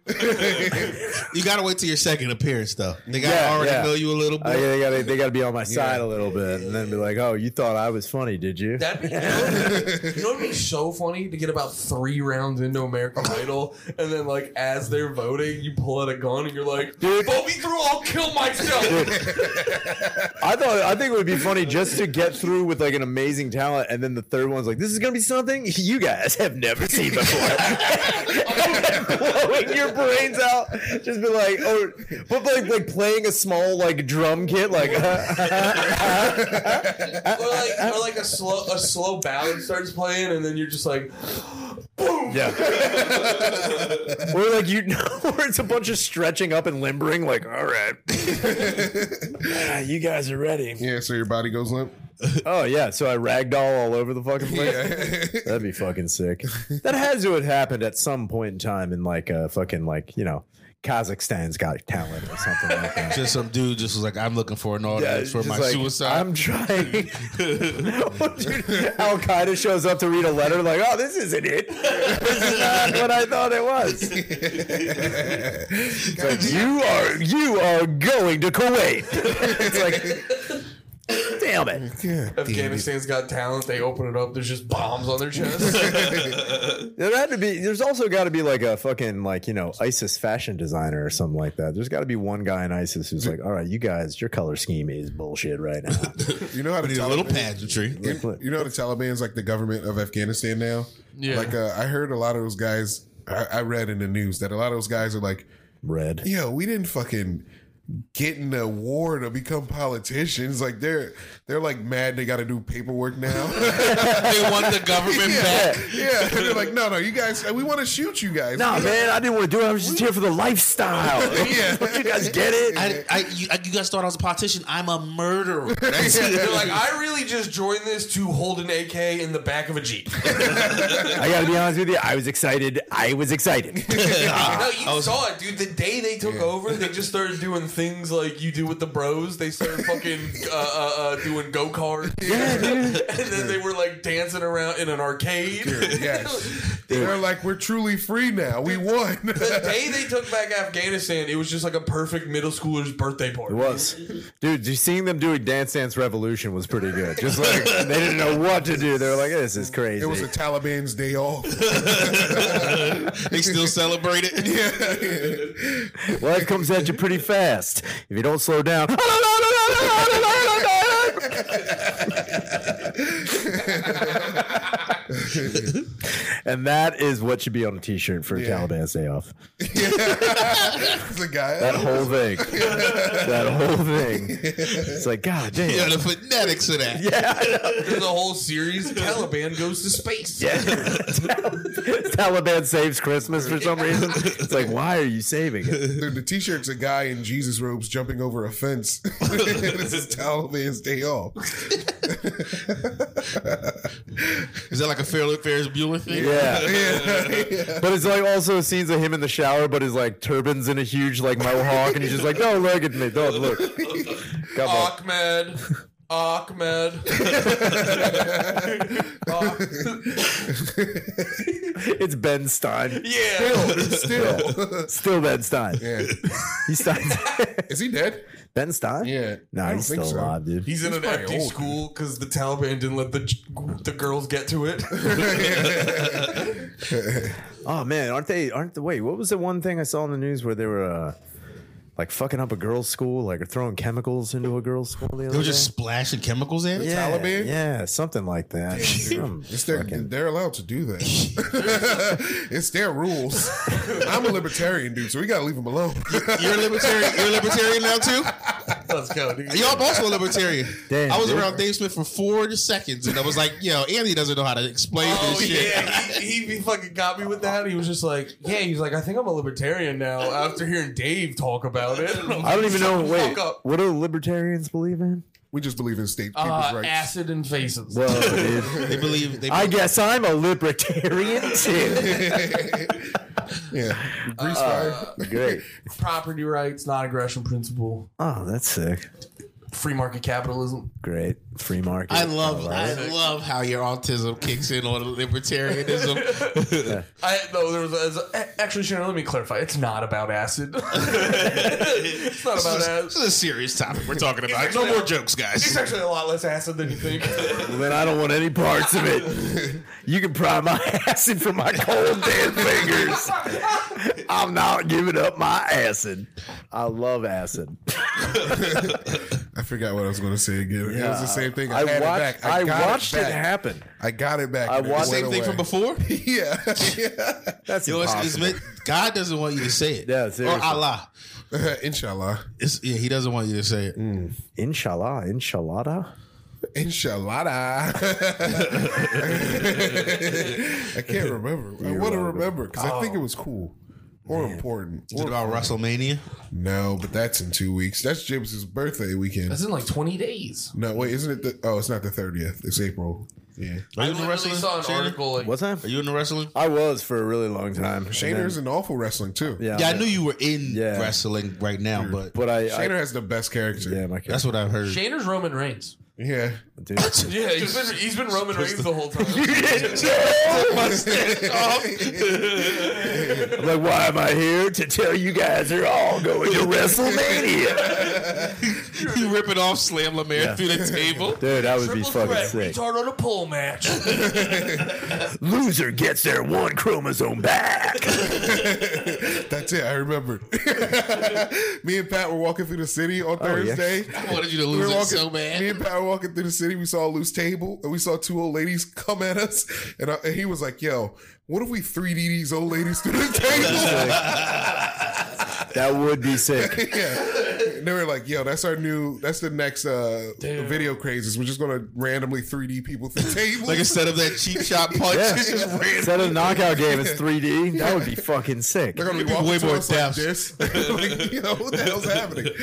S4: You gotta wait till your second appearance though. They gotta
S2: Yeah,
S4: already
S2: Uh, yeah.
S4: know you a little bit.
S2: I, they gotta they gotta be on my side a little bit and then be like oh you thought I was funny did you
S1: That'd be, you know, you know what'd be so funny to get about three rounds into American Idol, and then like as they're voting, you pull out a gun and you're like,
S2: Dude.
S1: "Vote me through, I'll kill myself."
S2: I thought I think it would be funny just to get through with like an amazing talent, and then the third one's like, "This is gonna be something you guys have never seen before." Blowing your brains out, just be like, "Oh," but like like playing a small like drum kit, like
S1: or like, or like a slow a slow ballad starts playing, and then you're just like,
S2: yeah, or like you know, or it's a bunch of stretching up and limbering, like, "All right, Yeah, Ah, you guys are ready."
S3: Yeah, so your body goes limp.
S2: Oh yeah, so I ragdoll all over the fucking place. That'd be fucking sick. That has to have happened at some point in time in like a fucking like you know Kazakhstan's Got Talent or something like that.
S4: Just some dude just was like, I'm looking for an
S2: Yeah,
S4: audience
S2: it's
S4: for
S2: just
S4: my
S2: like,
S4: suicide.
S2: I'm trying. Al Qaeda shows up to read a letter like, "Oh, this isn't it. This is not what I thought it was." It's like, you are you are going to Kuwait. it's like, damn it.
S1: "Afghanistan's got talent." They open it up, there's just bombs on their chest.
S2: There had to be. There's also got to be like a fucking like you know ISIS fashion designer or something like that. There's got to be one guy in ISIS who's like, all right, you guys, your color scheme is bullshit right now.
S3: You know how to
S4: Need a
S3: tell
S4: little pageantry.
S3: You, you know the Taliban's like the government of Afghanistan now.
S1: Yeah.
S3: Like uh, I heard a lot of those guys. I, I read in the news that a lot of those guys are like,
S2: Red.
S3: yo, we didn't fucking get in the war to become politicians. Like they're they're like mad they got to do paperwork now.
S4: they want the government back.
S3: yeah, they're like, no, no, you guys, we want to shoot you guys.
S2: Nah, man, I didn't want to do it. I was just here for the lifestyle. yeah. you guys get it?
S4: I, I, you, I, you guys thought I was a politician. I'm a murderer.
S1: They're like, "I really just joined this to hold an AK in the back of a jeep."
S2: I gotta be honest with you. I was excited. I was excited.
S1: No, you saw it, dude. The day they took over, they just started doing things like you do with the bros. They started fucking uh, uh, uh, doing go karts. and then they were like dancing around in an arcade.
S3: Yes. They're like, we're truly free now. We won.
S1: the day they took back Afghanistan, it was just like a perfect middle schooler's birthday party.
S2: It was, dude. Just seeing them doing Dance Dance Revolution was pretty good. Just like they didn't know what to do. They were like, this is crazy.
S3: it was the Taliban's day off.
S4: they still celebrate it.
S2: Life comes at you pretty fast. If you don't slow down. and that is what should be on a t-shirt for Taliban's Day Off.
S3: the guy.
S2: That whole thing. that whole thing. It's like, God damn.
S4: Yeah, the phonetics of that.
S1: There's a whole series. Taliban goes to space. Yeah.
S2: Taliban saves Christmas for some reason. It's like, why are you saving it?
S3: Dude, the t-shirt's a guy in Jesus robes jumping over a fence. this is Taliban's day off.
S4: Is that like a Fairly Ferris Bueller thing?
S2: Yeah. But it's like also scenes of him in the shower, but his like turban's in a huge like mohawk, and he's just like, "No, look at me, don't look." Come on.
S1: Ahmed. Ahmed. Ah-
S2: it's Ben Stein.
S1: Yeah.
S3: Still,
S2: Still Ben Stein.
S3: yeah.
S2: He's Stein's
S3: Is he dead?
S2: Ben Stein?
S3: Yeah.
S2: No,
S3: I don't
S2: he's
S3: think
S2: still
S3: so.
S2: alive, dude.
S1: He's in an
S3: probably
S1: empty
S3: old, dude.
S1: school because the Taliban didn't let the ch- the girls get to it.
S2: Oh man, aren't they? Aren't the wait? What was the one thing I saw in the news where they were uh, like fucking up a girls' school, like or throwing chemicals into a girls' school? The other
S4: They were just
S2: day?
S4: splashing chemicals in it.
S2: yeah,
S3: Taliban?
S2: Yeah, something like that. Some
S3: It's their,
S2: fucking-
S3: they're allowed to do that. it's their rules. I'm a libertarian dude, so we gotta leave them alone.
S4: You're a libertarian. You're a libertarian now too.
S1: Let's go. dude.
S4: Y'all both were libertarian.
S2: Damn,
S4: I was
S2: dude.
S4: around Dave Smith for four seconds, and I was like, "Yo, Andy doesn't know how to explain
S1: Oh
S4: this shit."
S1: yeah, he, he, he fucking got me with that. He was just like, "Yeah," he's like, "I think I'm a libertarian now." After hearing Dave talk about it,
S2: I don't even know.
S1: Shut the
S2: Wait,
S1: fuck up.
S2: what do libertarians believe in?
S3: We just believe in state people's
S1: Uh,
S3: rights.
S1: acid and faces.
S2: Well, dude,
S4: They believe. They
S2: I
S4: believe
S2: guess I'm a libertarian too.
S3: Yeah, grease fire.
S2: Great.
S1: Property rights, non-aggression principle,
S2: Oh, that's sick.
S1: free market capitalism.
S2: Great free market.
S4: I love. I
S2: Alright.
S4: love how your autism kicks in on libertarianism.
S1: I no, there was, there's a- actually Shannon. Let me clarify. It's not about acid. it's not about
S4: this
S1: acid.
S4: is a serious topic we're talking about.
S1: actually-
S4: No more jokes,
S1: It's
S4: guys.
S1: actually a lot less acid than you think.
S2: Then I don't want any parts of it. You can pry my acid from my cold dead fingers. I'm not giving up my acid. I love acid.
S3: I forgot what I was gonna say again. It was the same thing. I, had it
S2: watched.
S3: back. I,
S2: I,
S3: got
S2: watched it,
S3: it, back.
S2: happen.
S3: I got it back.
S2: I
S3: and it
S2: watched-
S3: went
S4: Same thing
S3: away.
S4: from before.
S3: Yeah,
S2: That's
S4: You know, it's- it's
S2: impossible.
S4: meant- God doesn't want you to say it.
S2: Yeah,
S4: or
S2: seriously.
S4: Allah.
S3: yeah. Inshallah,
S4: It's, yeah, he doesn't want you to say
S2: Mm.
S4: it.
S2: Inshallah, inshallah.
S3: inshallah. I can't remember. I want to remember because I think
S2: Oh.
S3: it was cool or important.
S4: Is it about WrestleMania?
S3: No, but that's in two weeks. That's Jibs' birthday weekend.
S1: That's in like 20 days.
S3: no, wait, isn't it? The, oh, it's not the thirtieth. It's April. Yeah,
S4: Are
S1: I
S4: you in the
S1: literally
S4: wrestling?
S1: saw an
S4: Shannon?
S1: article like
S2: What's that?
S4: Are you in the wrestling?
S2: I was for a really long time. And then-
S3: Shayner's an awful wrestling too.
S2: Yeah,
S4: Yeah, I knew you were in
S2: Yeah.
S4: wrestling right now, but,
S2: But I, I
S3: Shayner has the best character.
S2: yeah, my
S4: that's
S2: character.
S4: what I've heard.
S1: Shayner's Roman Reigns.
S3: Yeah.
S2: Dude.
S1: Yeah, he's been he's been Roman Reigns the whole time.
S2: I'm like, why am I here to tell you guys they're all going to WrestleMania?
S4: you ripping off Slam Lamar through the table.
S2: Dude, that would be
S1: Triple
S2: fucking
S1: threat,
S2: sick.
S1: retard on a pole match.
S2: Loser gets their one chromosome back.
S3: That's it. I remember. me and Pat were walking through the city on
S2: Oh, yeah.
S3: Thursday.
S4: I wanted you to
S3: We
S4: lose
S3: were
S4: it
S3: walking,
S4: so
S3: Me
S4: bad.
S3: and Pat were walking through the city. We saw a loose table, and we saw two old ladies come at us. And, I, and he was like, "Yo, what if we three D these old ladies through the table?"
S2: That would be sick.
S3: yeah. And they were like, "Yo, that's our new. That's the next uh,
S1: Dude.
S3: video crazes. We're just gonna randomly three D people through tables."
S4: Like instead of that cheap shot punch,
S2: Yeah.
S4: it's just random.
S2: Instead of knockout game, it's 3D. That would be fucking sick.
S3: They're gonna be
S4: It'd be
S3: walking
S4: way
S3: to
S4: more
S3: us like
S4: depth.
S3: this. like, you know what the hell's happening?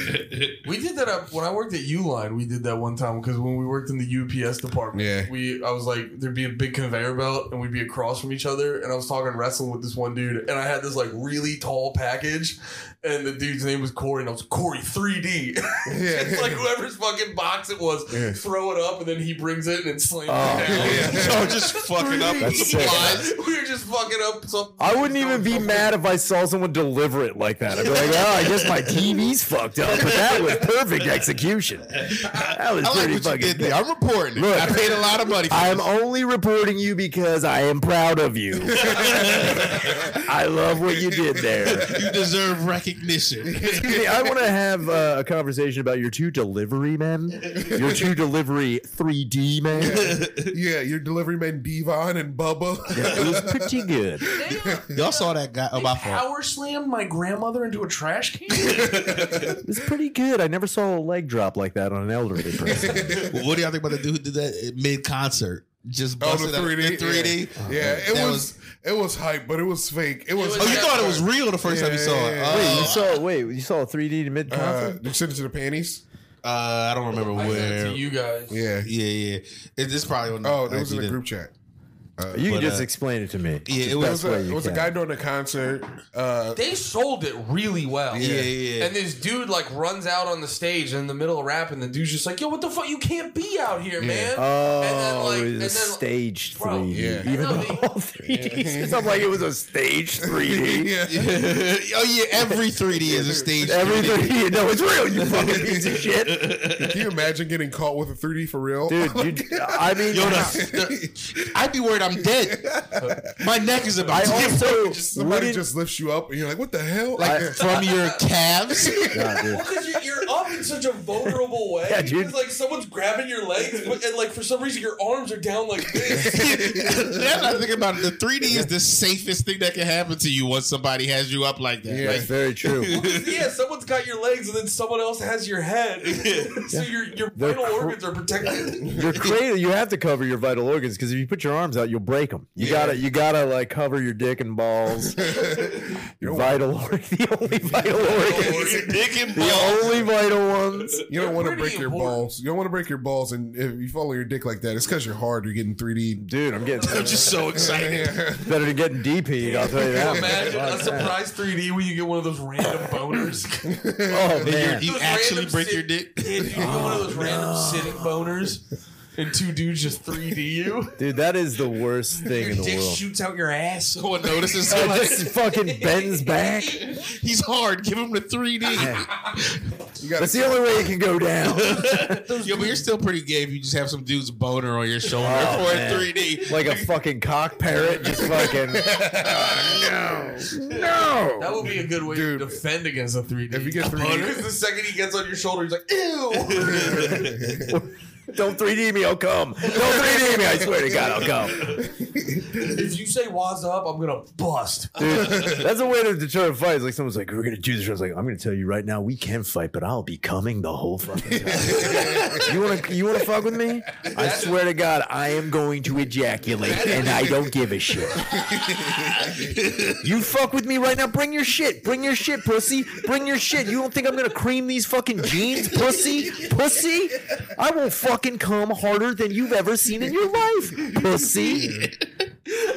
S1: We did that up when I worked at Uline. We did that one time because when we worked in the UPS department,
S3: Yeah.
S1: we I was like there'd be a big conveyor belt and we'd be across from each other. And I was talking wrestling with this one dude, and I had this like really tall package, and the dude's name was Corey, and I was like, Corey 3D. it's like whoever's fucking box it was,
S3: Yeah.
S1: throw it up, and then he brings it and it slams
S2: Oh,
S1: it down.
S4: so just fucking up.
S2: That's sick.
S1: Supplies. we were just fucking up. Some,
S2: I wouldn't even be
S1: something.
S2: mad if I saw someone deliver it like that. I'd be like, oh, I guess my TV's fucked up, but that was perfect execution. That was
S4: I like
S2: pretty
S4: what you
S2: fucking
S4: did
S2: good.
S4: there. I'm reporting it.
S2: Look.
S4: I paid a lot of money. For
S2: I'm only reporting you because I am proud of you. I love what you did there.
S4: it. You deserve recognition.
S2: Excuse me, I want to have uh, a conversation about your two delivery men, your two delivery 3D men.
S3: Yeah, your delivery man Devon and Bubba.
S2: It was pretty good.
S4: Y'all saw that guy. Oh, my fault.
S1: Power slammed my grandmother into a trash can.
S2: It was pretty good. I never saw a leg drop like that on an elderly person.
S4: Well, what do y'all think about the dude who did that mid concert? Just
S3: Oh,
S4: busted
S3: the
S4: up
S3: 3D.
S4: in 3D.
S3: Yeah, Yeah, it
S4: That
S3: was,
S4: was-
S3: it was hype, but it was fake. It was.
S4: Oh, you thought it was real the first time you saw it.
S3: Yeah.
S4: Oh.
S2: Wait, you saw wait, you saw a 3D mid
S3: Uh,
S2: concert?
S3: did you send it to the panties?
S4: Uh, I don't remember
S1: I sent it
S4: where.
S1: to you guys.
S3: Yeah.
S4: Yeah, yeah. It, this probably on.
S3: Oh, it
S4: I
S3: was in
S4: did
S3: the
S4: it.
S3: group chat.
S2: You can
S4: But,
S2: just
S4: uh,
S2: explain it to me.
S4: Yeah, it
S2: The
S4: was
S2: best
S3: It
S2: way
S3: was, a,
S2: you
S3: it was a
S2: can.
S3: guy doing a concert. Uh,
S1: They sold it really well.
S4: Yeah, yeah.
S1: And this dude like runs out on the stage in the middle of rapping. The dude's just like, "Yo, what the fuck? You can't be out here, man."
S2: Oh,
S1: and then, like,
S2: it
S1: and
S2: was a
S1: then,
S2: stage
S1: Bro,
S2: 3D.
S3: yeah.
S2: Even
S1: No,
S2: though
S1: they-
S2: all 3D. It's not like it was a stage 3D.
S3: yeah.
S4: oh yeah, every 3D is a stage.
S2: Everything you know, it's real. You fucking piece of shit,
S3: Can you imagine getting caught with a 3D for real?
S2: dude. You, I mean,
S4: Yo, the- the- I'd be worried I'm dead. My neck is about
S2: I
S4: to give
S2: also
S3: Somebody
S2: wouldn't-
S3: just lifts you up and you're like, what the hell? Like,
S4: like from your calves.
S2: Nah, dude.
S1: Well, because you're, you're up in such a vulnerable way.
S2: Yeah, dude.
S1: It's like someone's grabbing your legs, but, and like for some reason your arms are down like this.
S4: That's what I think about it. The 3D is the safest thing that can happen to you once somebody has you up like that.
S3: Yeah.
S4: Like,
S2: That's very true.
S1: yeah, someone's got your legs, and then someone else has your head. so your your
S2: They're
S1: vital
S2: cr-
S1: organs are protected.
S2: You're crazy. You have to cover your vital organs because if you put your arms out, you'll break them. You gotta, you gotta like cover your dick and balls. your vital organ, the only vital organs,
S4: your dick and
S2: the
S4: balls.
S2: only vital ones.
S3: you don't
S1: They're
S3: want to
S1: pretty
S3: break your
S1: important.
S3: balls. You don't want to break your balls, and if you follow your dick like that, it's because you're hard. You're getting 3D.
S2: Dude, I'm getting
S4: I'm just so excited.
S2: it's better than getting DP'd. I'll tell you that.
S1: Imagine a
S2: much.
S1: surprise 3D when you get one of those random boners.
S2: oh man,
S4: You
S1: Those
S4: actually
S1: random
S4: break
S1: sit-
S4: your dick?
S1: Yeah, dude, you get one of those random sitting boners, and two dudes just 3D you.
S2: dude, that is the worst thing in
S1: Your
S2: the
S1: dick
S2: world.
S1: shoots out your ass.
S4: No one notices.
S2: It
S4: So like,
S2: just fucking bends back.
S4: he's hard. Give him the 3D.
S3: You got
S2: That's the only way it can go down.
S4: Yo, but you're still pretty gay if you just have some dude's boner on your shoulder
S2: Oh,
S4: for
S2: man.
S4: a 3D.
S2: like a fucking cock parrot, just fucking. no,
S1: That would be a good way
S3: Dude.
S1: to defend against a 3D.
S3: If you get 3D
S1: Because the second he gets on your shoulder, he's like, ew.
S2: Don't 3D me, I'll come. Don't 3D me, I swear to God, I'll come.
S1: if you say "what's up," I'm gonna bust.
S2: Dude, that's a way to deter fights. Like someone's like, "We're gonna do this." I was like, "I'm gonna tell you right now, we can fight, but I'll be coming the whole fucking time. you wanna, you wanna fuck with me? I swear to God, I am going to ejaculate, and I don't give a shit. you fuck with me right now, bring your shit, bring your shit, pussy, bring your shit. You don't think I'm gonna cream these fucking jeans, pussy, pussy? I will fucking come harder than you've ever seen in your life, pussy."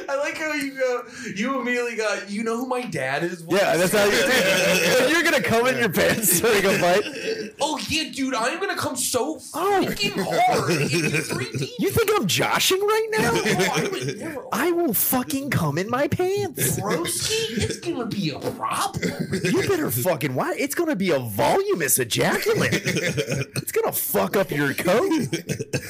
S1: I like how you go. You immediately got. You know who my dad is?
S2: Yeah, that's how you do it. If You're gonna come in your pants during a fight.
S1: Oh yeah, dude. I'm gonna come so
S2: Oh.
S1: freaking hard in 3D.
S2: You think I'm joshing right now?
S1: Oh, I would never.
S2: I will fucking come in my pants.
S1: Broski, it's gonna be a problem.
S2: You better fucking why it's gonna be a voluminous ejaculate. It's gonna fuck up your coat.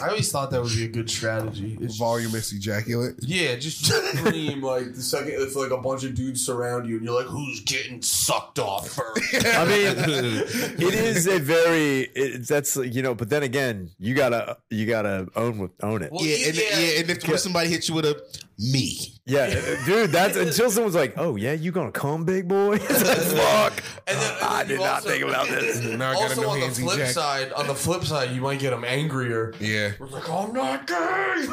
S1: I always thought that would be a good strategy. It's
S3: voluminous ejaculate.
S1: Yeah, just scream like the second it's like a bunch of dudes surround you and you're like, who's getting sucked off first?
S2: I mean it is a very it, that's like, you know, but then again, you gotta you gotta own with own it.
S1: Well,
S4: Yeah, and, yeah. and if when somebody hits you with a me.
S2: Yeah, dude, that's until someone's like, Oh yeah, you gonna come, big boy? It's like, fuck.
S1: And then-
S2: I did
S1: you
S2: not
S1: also-
S2: think about this.
S3: Now I got a
S1: also
S3: no
S1: on the
S3: hands
S1: flip
S3: ejac-
S1: side, on the flip side, you might get them angrier.
S3: Yeah.
S1: We're like, I'm not gay.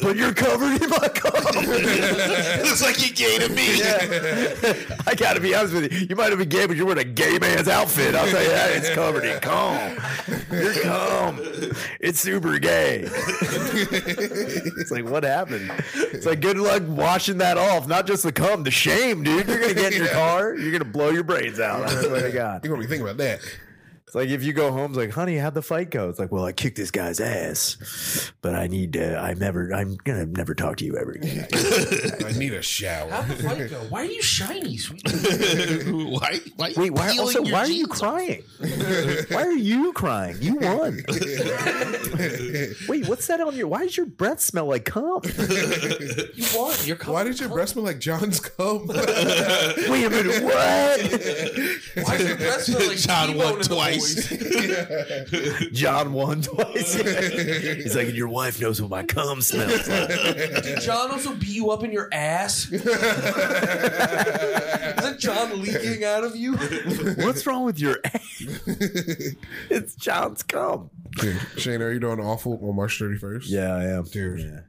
S2: But you're covered in my cum.
S4: Looks like you gay to me.
S2: I gotta be honest with you. You might have been gay, but you're wearing a gay man's outfit. I'll tell you that. It's covered in cum. You're cum. It's super gay. it's like, what happened? It's like, good luck washing that off. Not just the cum, the shame, dude. You're gonna get in your car. You're gonna blow your brains out. I swear to God.
S3: You're going to be thinking about that.
S2: It's like if you go home, it's like, honey, how'd the fight go? It's like, well, I kicked this guy's ass, but I need to. I never. I'm gonna never talk to you ever again.
S3: I need a shower.
S1: How'd the fight go? Why are you shiny, sweet?
S4: why? Why?
S2: Wait, why?
S4: peeling
S2: Also,
S4: your
S2: why are you
S4: jeans?
S2: crying? why are you crying? You won. Wait, what's that on your? Why does your breath smell like cum?
S1: You won. You're coming.
S3: Why did your breast smell like John's cum?
S2: Wait a minute, what?
S1: Why did your breast smell like
S4: John
S1: Tebow
S4: won
S1: in the
S4: twice.
S1: voice?
S2: John won twice. He's like, your wife knows what my cum smells like.
S1: Did John also beat you up in your ass? Is that John leaking out of you?
S2: What's wrong with your ass? it's John's cum.
S3: Dude, Shane, are you doing awful on March 31st?
S2: Yeah, I am.
S3: Dude.
S2: Yeah.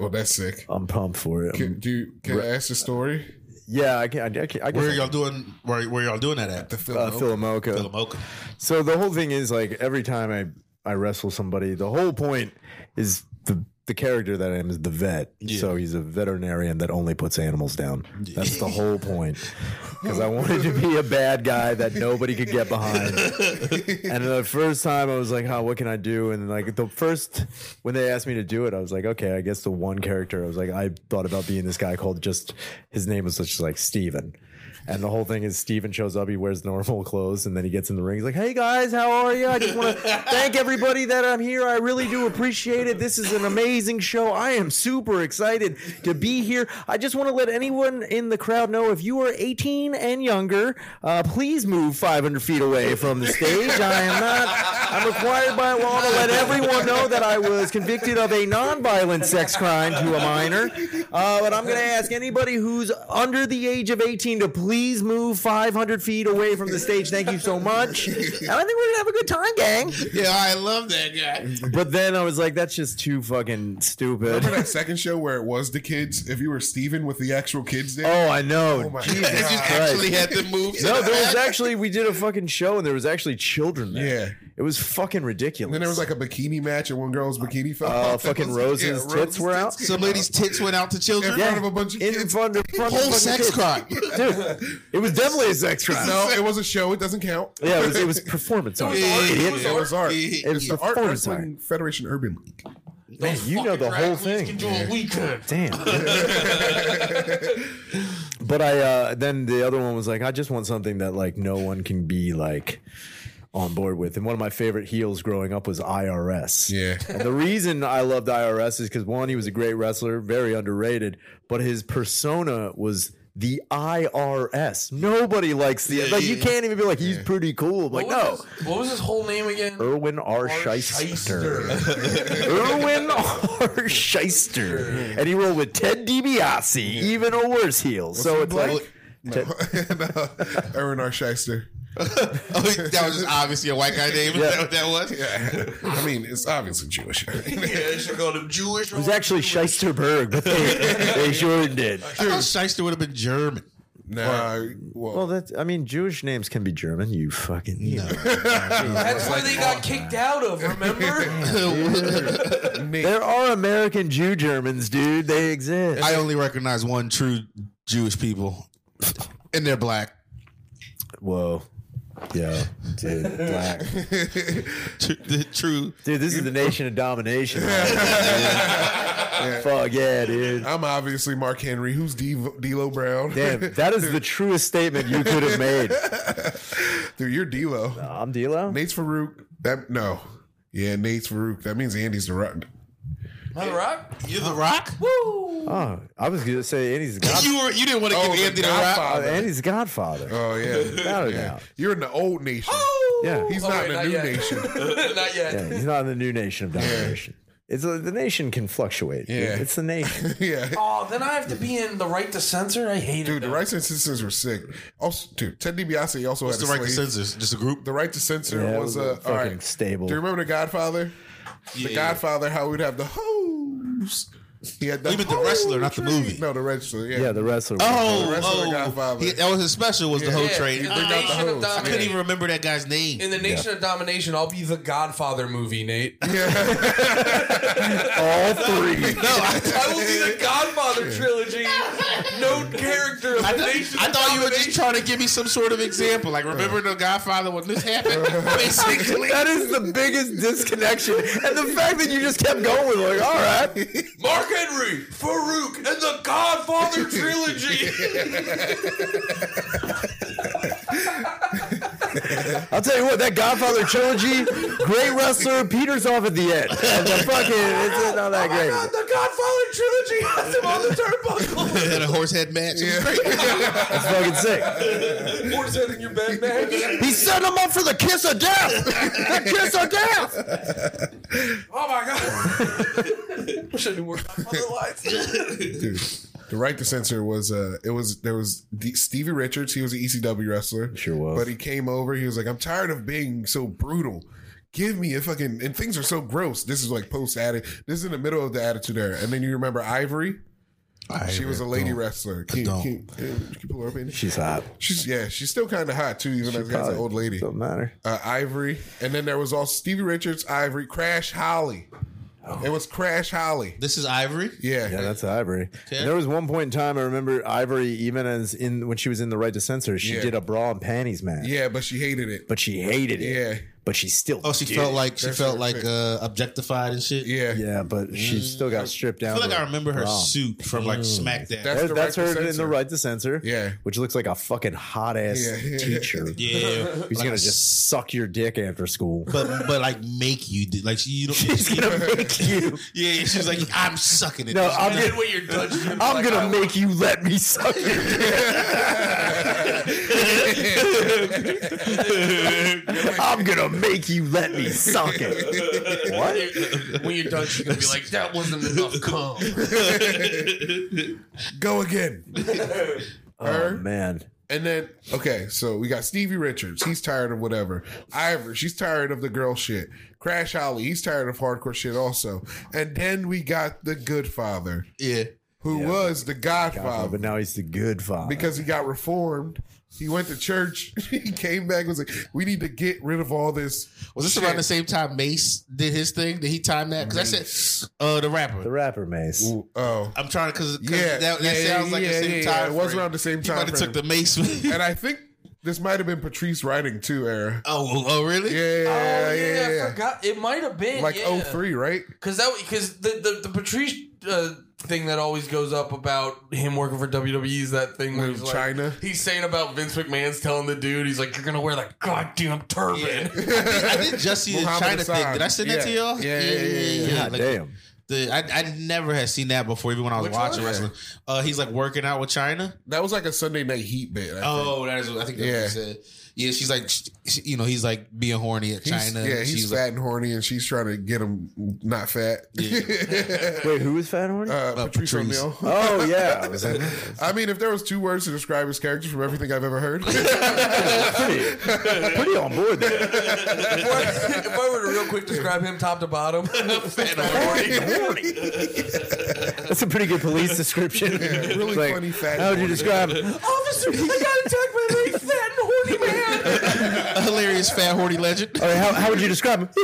S3: Well, that's sick.
S2: I'm pumped for it.
S3: Can,
S2: I'm-
S3: do you, can I ask the story?
S2: yeah, I can. I, can. I
S4: Where
S2: guess.
S4: y'all doing? Where, where y'all doing that at?
S3: The film.
S2: uh, Philomoka.
S4: Philomoka.
S2: So the whole thing is like every time I I wrestle somebody, the whole point is the the character that I am is the vet. So he's a veterinarian that only puts animals down. That's the whole point. Because I wanted to be a bad guy that nobody could get behind. and the first time I was like, "Huh, what can I do?" And like the first when they asked me to do it, I was like, "Okay, I guess the one character." I was like, I thought about being this guy called just his name was just like Steven. And the whole thing is Steven shows up, he wears normal clothes, and then he gets in the ring. He's like, Hey guys, how are you? I just want to thank everybody that I'm here. I really do appreciate it. This is an amazing show. I am super excited to be here. I just want to let anyone in the crowd know if you are 18 and younger, uh, please move 500 feet away from the stage. I am not, I'm required by law to let everyone know that I was convicted of a non-violent sex crime to a minor. Uh, but I'm going to ask anybody who's under the age of 18 to please move 500 feet away from the stage. Thank you so much. And I think we're going to have a good time, gang.
S4: Yeah, I love that guy.
S2: But then I was like, that's just too fucking stupid.
S3: Remember that second show where it was the kids? If you were Steven with the actual kids there?
S2: Oh, I know.
S3: my
S2: Jesus
S3: God.
S4: You
S2: Christ.
S4: actually had to move. To
S2: No,
S4: the
S2: there was
S4: back.
S2: actually we did a fucking show and there was actually children there.
S3: Yeah.
S2: it was fucking ridiculous.
S3: Then there was like a bikini match and one girl's bikini fell
S2: Oh. uh,
S3: off.
S2: fucking
S3: Yeah,
S2: Rose's tits were out.
S3: came
S4: Somebody's tits went out to children.
S3: In front of a bunch of
S2: in
S3: kids.
S2: front of, front of
S4: Whole
S2: fucking
S4: sex
S2: kids.
S4: crime.
S2: dude. It was definitely a sex crime.
S3: No, it was a show. It doesn't count.
S2: Yeah, it was, it was performance art.
S3: It
S2: idiot.
S3: was art. It
S2: It was
S3: was art
S2: performance
S3: wrestling Federation Urban League.
S2: Man, you know the whole thing. Damn. but I uh, then the other one was like, I just want something that like no one can be like on board with. And one of my favorite heels growing up was IRS.
S3: Yeah.
S2: And the reason I loved IRS is because one, he was a great wrestler, very underrated, but his persona was the IRS. Nobody likes the like. You can't even be like he's pretty cool. I'm like
S1: What
S2: no, Oh,
S1: was his- what was his whole name again?
S2: Erwin R. Scheister. Erwin R. Shyster. And he rolled with Ted DiBiase, even a worse heel. so it's like,
S3: no, Erwin R. Shyster.
S4: Oh, that was just obviously a white guy name. Is that what that was?
S3: I mean, it's obviously Jewish.
S1: Yeah, they should call him Jewish.
S2: it was actually Shysterberg, but they, they shortened it.
S4: I thought Shyster would have been German.
S3: nah, well,
S2: Well, that's, I mean, Jewish names can be German. You fucking, you know.
S1: That's why they got kicked out of. Remember?
S2: There are American Jew Germans, dude. They exist.
S4: I only recognize one true Jewish people, and they're black.
S2: Whoa. Yeah, dude, black.
S4: Tr- The true.
S2: dude, this is the nation of domination. Fuck yeah, dude.
S3: I'm obviously Mark Henry. Who's D- D'Lo Brown?
S2: Damn, that is the truest statement you could have made.
S3: Dude, you're D'Lo.
S2: I'm D'Lo.
S3: Nate's Farouk. That no, yeah, Nate's Farouk. That means Andy's the rock.
S1: the Rock.
S4: You're the Rock.
S2: Oh, I was gonna say Andy's God.
S4: You were. You didn't want to
S3: Oh,
S4: give
S3: the
S4: Anthony the Rock.
S2: uh,
S3: Godfather.
S2: Andy's Godfather.
S3: Oh yeah,
S2: Without a
S3: yeah.
S2: doubt.
S3: You're in the old nation.
S2: Yeah,
S3: He's
S1: Oh,
S3: not
S1: wait,
S3: in the
S1: not
S3: new
S1: yet.
S3: nation.
S1: Not yet.
S2: yeah, he's not in the new nation of domination. It's uh, the nation can fluctuate. dude.
S3: Yeah.
S2: it's the nation.
S3: yeah.
S1: Oh, then I have to be in the right to censor. I hate
S3: Dude,
S1: it.
S3: the rights and censors were sick. Also, dude, Ted DiBiase also
S4: What's the
S3: had
S4: right
S3: a
S4: to
S3: slave.
S4: censors? Just a group.
S3: The right to censor
S2: Yeah, it
S3: was,
S2: was a
S3: uh, all
S2: fucking
S3: right.
S2: stable.
S3: Do you remember The Godfather? The Godfather, how we'd have the hoes. He had the,
S4: We meant the wrestler, not the
S3: hoe
S4: movie.
S3: No, the wrestler. Yeah.
S2: yeah, the wrestler.
S4: Oh,
S3: The wrestler
S4: oh.
S3: Godfather.
S4: He- that was his special. Was the whole
S1: Yeah,
S4: train?
S1: you
S4: I,
S1: think that's the
S3: hoes.
S1: hoes.
S4: I couldn't even remember that guy's name.
S1: In the Nation of Domination, I'll be the Godfather movie, Nate.
S2: all three.
S1: No, I, I will be the Godfather trilogy. No character of the
S4: I, th-
S1: Nation.
S4: I
S1: of
S4: thought you were
S1: Domination.
S4: just trying to give me some sort of example. Like, remember the Godfather when this happened? Basically.
S2: That is the biggest disconnection, and the fact that you just kept going with like, all right,
S1: Mark Henry, Farouk, and the Godfather trilogy.
S2: I'll tell you what, that Godfather trilogy, great wrestler, peters off at the end. And the fucking, it's not that great.
S1: God, the Godfather trilogy has him on the
S4: Had a horse head match. It was
S2: It's fucking sick.
S1: turnbuckle. Horse head in your bed, man.
S2: He's setting him up for the kiss of death. The kiss of death.
S1: Oh my god. Wish I knew more Godfather lines.
S3: Dude, the right to censor was uh, it was there was D- Stevie Richards. He was an ECW wrestler.
S2: Sure was.
S3: But he came over. He was like, "I'm tired of being so brutal. Give me a fucking." And things are so gross. This is like post added. This is in the middle of the attitude era. And then you remember Ivory.
S4: great.
S3: She was a lady wrestler. Can,
S4: don't.
S3: can, can you pull her up? Andy?
S2: She's hot.
S3: She's yeah. She's still kind of hot too, even as, as an old lady.
S2: Doesn't matter.
S3: Uh, Ivory, and then there was also Stevie Richards, Ivory, Crash Holly. It was Crash Holly.
S4: This is Ivory.
S3: Yeah.
S2: Yeah, that's Ivory. And there was one point in time I remember Ivory, even as in when she was in the right to censor, she
S3: Yeah.
S2: did a bra and panties match.
S3: Yeah, but she hated it.
S2: but she hated it.
S3: Yeah.
S2: but she still.
S4: Oh, she
S2: did
S4: felt
S2: it.
S4: like she
S3: That's
S4: felt
S3: her
S4: like
S3: pick.
S4: uh, objectified and shit.
S3: Yeah.
S2: Yeah, but she still got stripped
S4: I
S2: down.
S4: feel like
S2: to
S4: I remember her
S2: bra.
S4: suit from like SmackDown.
S3: That's-
S2: That-
S3: the
S2: That's,
S3: right to
S2: her in
S3: censor.
S2: the right to censor.
S3: Yeah.
S2: which looks like a fucking hot ass
S3: Yeah.
S2: teacher.
S4: yeah,
S2: Who's
S4: Like
S2: gonna
S4: a
S2: just suck your dick after school?
S4: but but like make you do like she you don't
S2: She's gonna make you.
S4: yeah yeah, she's like I'm sucking it
S2: No,
S4: She's
S2: I'm
S4: like,
S2: gonna,
S1: When you're done, she's be
S2: I'm
S1: like,
S2: gonna
S1: I-
S2: make you let me suck your dick. I'm gonna make you let me suck it. What?
S1: When you're done, she's gonna be like, "That wasn't enough cum."
S3: Go again.
S2: Oh man.
S3: And then okay, so we got Stevie Richards. He's tired of whatever. Ivor, she's tired of the girl shit. Crash Holly, he's tired of hardcore shit also. And then we got the Good Father,
S4: yeah
S3: who was the Godfather.
S2: But now he's the good father.
S3: because he got reformed. He went to church. He came back. and Was like, we need to get rid of all this.
S4: was this around the same time Mace did his thing did he time that because I said uh the rapper
S2: the rapper Mace.
S3: Oh,
S4: I'm trying to because
S3: Yeah,
S4: yeah that, that
S3: yeah, yeah,
S4: sounds like
S3: yeah,
S4: the same
S3: yeah, yeah.
S4: time
S3: It was
S4: frame.
S3: around the same
S4: he
S3: time
S4: might have took
S3: frame.
S4: the Mace
S3: and I think this might have been Patrice writing too era.
S4: oh oh really
S3: Yeah, yeah,
S1: oh,
S3: yeah,
S1: yeah,
S3: yeah.
S1: I forgot. It might have been
S3: Like
S1: yeah.
S3: oh three, 03, right?
S1: Because that because the, the the Patrice uh, thing that always goes up about him working for WWE is that thing where
S3: With
S1: he's like-
S3: China?
S1: he's saying about Vince McMahon's telling the dude he's like, "You're gonna wear that goddamn turban."
S4: I did just see the
S3: Muhammad
S4: China
S3: Hassan.
S4: thing did I send that to
S3: Yeah.
S4: y'all
S3: Yeah, yeah, yeah, yeah, yeah.
S4: Like,
S2: Damn.
S4: the, I, I never had seen that before even when I was
S3: Which
S4: watching
S3: one?
S4: wrestling uh he's like working out with China
S3: That was like a Sunday night heat bit. I think.
S4: Oh, that is. I think that's what
S3: Yeah.
S4: he said. Yeah, she's like, sh- sh- you know, he's like being horny at
S3: He's-
S4: China.
S3: yeah, he's
S4: she's
S3: fat
S4: like,
S3: and horny, and she's trying to get him not fat.
S2: Wait, who was Fat Horny?
S3: uh, Patrice,
S4: Patrice.
S3: O'Neal.
S2: oh yeah. I was like,
S3: I mean, if there was two words to describe his character from everything I've ever heard,
S2: pretty, pretty on board there.
S1: if, I, if I were to real quick describe him top to bottom, fat and horny.
S2: That's a pretty good police description.
S3: really
S2: It's like,
S3: funny fat
S2: How would you
S3: horny.
S2: describe him?
S1: officer, I got attacked by a very fat and horny man.
S4: a hilarious fat horny
S3: Uh,
S4: legend.
S2: All right, Oh, how, how would you describe him? Fat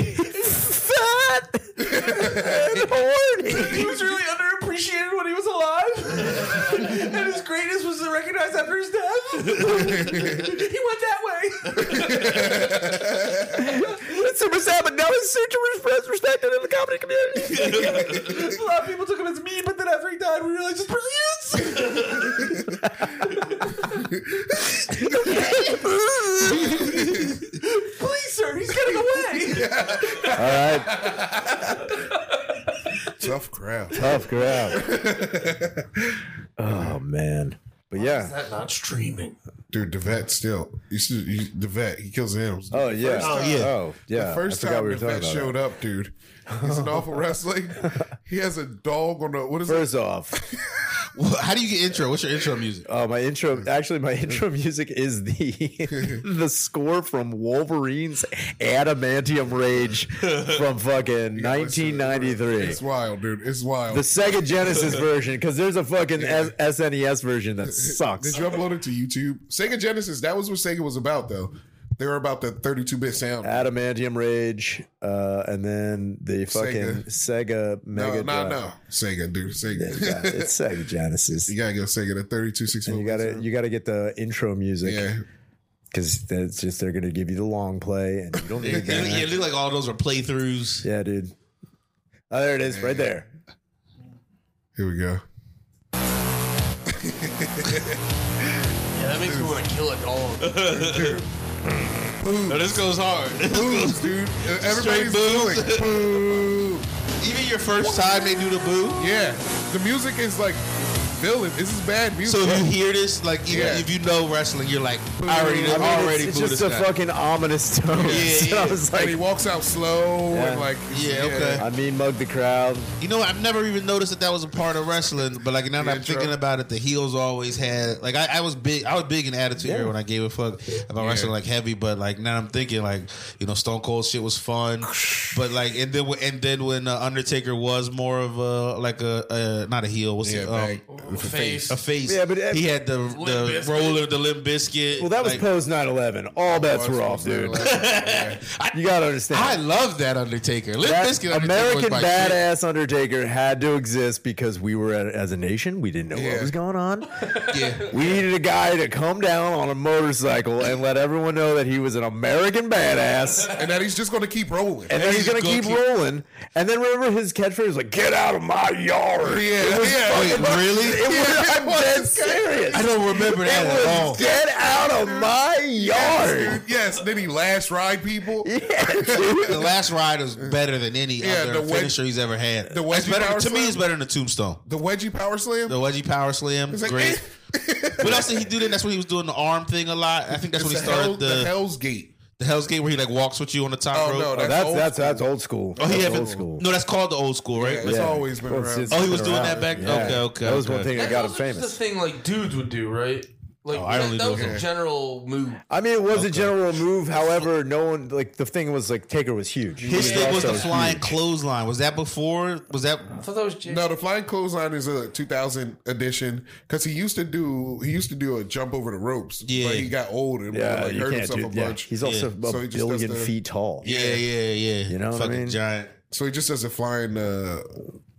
S2: and
S1: He
S2: horny.
S1: was really underappreciated when he was alive, and his greatness was recognized after his death. he went that way.
S2: It's super sad, but now his super is respected in the comedy community.
S1: A lot of people took him as mean, but then after he died, we realized his brilliance. Please, sir, he's getting away.
S2: All right,
S3: tough crowd.
S2: tough crowd. Oh man, but yeah.
S1: That not streaming.
S3: Dude, the vet still. You see, you, the vet, he kills animals.
S2: Oh yeah.
S3: First
S2: Oh
S3: time-
S2: yeah. Oh yeah.
S3: the first
S2: I forgot
S3: time
S2: we were
S3: the
S2: talking
S3: vet
S2: about that.
S3: showed up, dude. He's an awful wrestling. He has a dog on the what is it?
S2: First off,
S4: Wha- How do you get intro? What's your intro music?
S2: Uh, my intro, actually, my intro music is the the score from Wolverine's Adamantium Rage from fucking nineteen ninety three.
S3: It's wild, dude. It's wild.
S2: The Sega Genesis version, because there's a fucking S- SNES version that
S3: Did
S2: sucks.
S3: you upload it to YouTube? Sega Genesis. That was what Sega was about, though. They were about the 32-bit sound.
S2: Adamantium Rage, uh, and then the fucking Sega,
S3: no,
S2: Mega
S3: no,
S2: Drive.
S3: no. Sega, dude. Sega.
S2: Yeah, it's Sega Genesis.
S3: you gotta go Sega. The 32-64.
S2: You gotta you gotta get the intro music
S3: Yeah.
S2: because that's just they're gonna give you the long play and you don't
S4: Yeah,
S2: need that.
S4: it looked like all those are playthroughs.
S2: Yeah, dude. Oh, there it is, right there.
S3: Here we go.
S1: Yeah, that makes me want to kill a dog.
S4: No, this goes hard.
S3: Boobs, dude. Uh, Everybody's
S4: boobs.
S3: doing boo.
S4: Even your first time they do the boo.
S3: Yeah. The music is like villain. This is bad music.
S4: So if you hear this, like even
S3: Yeah.
S4: if you know wrestling, you're like, I already,
S3: I mean,
S2: I mean,
S4: already
S2: it's,
S4: booed
S2: it's just
S4: this
S2: a
S4: guy.
S2: fucking ominous tone.
S4: Yeah,
S2: I was
S3: and he
S2: like,
S3: walks out slow
S2: Yeah.
S3: and like
S4: Yeah, okay.
S2: I mean, mug the crowd.
S4: You know, what? I've never even noticed that that was a part of wrestling. But like now that
S3: Yeah,
S4: I'm
S3: true.
S4: thinking about it, the heels always had like I, I was big. I was big in attitude era when I gave a fuck about wrestling like heavy. But like now I'm thinking like you know Stone Cold shit was fun. but like and then when- and then when uh, Undertaker was more of a like a, a not a heel. What's
S3: Yeah,
S4: it?
S3: back-
S4: um,
S1: a face.
S4: a face.
S2: Yeah, but-
S4: he had the
S1: Bizkit.
S4: the roller, the limp biscuit.
S2: Well, that was
S4: Like,
S2: post 9 11. All
S3: Oh,
S2: bets were off, dude. You got to
S4: I
S2: understand.
S4: love that Undertaker. Limp
S2: That
S4: biscuit.
S2: American
S4: badass.
S2: badass Undertaker had to exist because we were at, as a nation, we didn't know
S3: Yeah.
S2: what was going on.
S4: Yeah.
S2: We needed a guy to come down on a motorcycle and let everyone know that he was an American badass.
S3: and that he's just going to keep rolling.
S2: And then he's gonna
S4: gonna
S2: keep
S4: keep-
S2: rolling. And then remember his catchphrase was like, "Get out of my yard."
S3: Yeah,
S2: It was
S3: yeah.
S2: fucking-
S4: Wait, really?
S2: It was,
S3: Yeah, it
S2: I'm
S3: was.
S2: dead serious.
S4: I don't remember that
S2: It was,
S4: at all.
S2: Get out of my yard.
S3: yes, then he last ride people.
S2: Yeah, dude.
S4: The last ride is better than any
S3: Yeah, the
S4: other
S3: wedge-
S4: finisher he's ever had.
S3: the wedgie
S4: It's better-
S3: power
S4: to me,
S3: slam?
S4: it's better than the Tombstone.
S3: The wedgie power slam.
S4: The wedgie power slam,
S3: like, eh.
S4: great. what else did he do? Then that's when he was doing the arm thing a lot. I think that's
S3: It's
S4: when he
S3: the, hell,
S4: started
S3: the,
S4: the,
S3: Hell's Gate.
S4: the Hell's Gate, where he like walks with you on the top
S3: Oh,
S4: rope.
S3: no,
S2: Oh,
S3: that's
S2: that's
S3: old
S2: that's that's old school.
S4: Oh, he
S2: that's
S4: haven't-
S2: old school.
S4: No, that's called the old school, right?
S3: Yeah, it's always been
S2: Well,
S3: around.
S2: it's-
S4: Oh, he was
S2: been
S4: doing that back- okay, okay,
S2: That was one
S4: okay.
S2: thing that
S1: That
S2: got him
S1: was just a
S2: famous.
S1: thing like dudes would do, right? Like
S4: I
S1: that,
S4: only
S1: that
S4: know
S1: was
S4: that.
S1: a general move.
S2: I mean, it was a general move. However, no one like the thing was like Taker was huge. He
S4: His thing was
S2: also
S4: the flying clothesline. Was that before? Was that
S1: I thought that was Jay.
S3: No, the flying clothesline is a 2000 edition because he used to do he used to do a jump over the ropes.
S4: Yeah.
S3: but he got old and
S2: Yeah,
S3: like
S2: you
S3: hurt
S2: can't
S3: himself
S2: do.
S3: a
S2: Yeah,
S3: bunch.
S2: he's also
S3: Yeah.
S2: a
S3: So he just does
S2: billion
S3: the-
S2: feet tall.
S4: yeah, yeah, yeah.
S2: You know what I
S4: fucking
S2: mean?
S4: giant.
S3: So he just does a flying uh,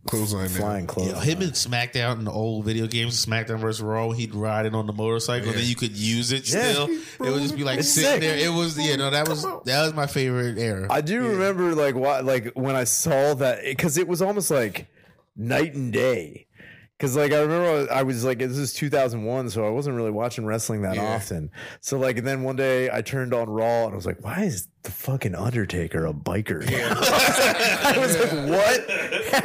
S3: clothesline. now.
S2: Flying close.
S4: Yo, him and SmackDown in the old video games, SmackDown versus Raw, he'd ride it on the motorcycle, and then you could use it
S2: Yeah.
S4: still. It would just be like
S2: It's
S4: sitting
S2: sick.
S4: there. It was yeah, no, that was that was my favorite era.
S2: I do remember like why like when I saw that because it was almost like night and day. Cause like I remember I was like this is 2001, so I wasn't really watching wrestling that often. So like and then one day I turned on Raw and I was like, why is the fucking Undertaker a biker? I was like, what?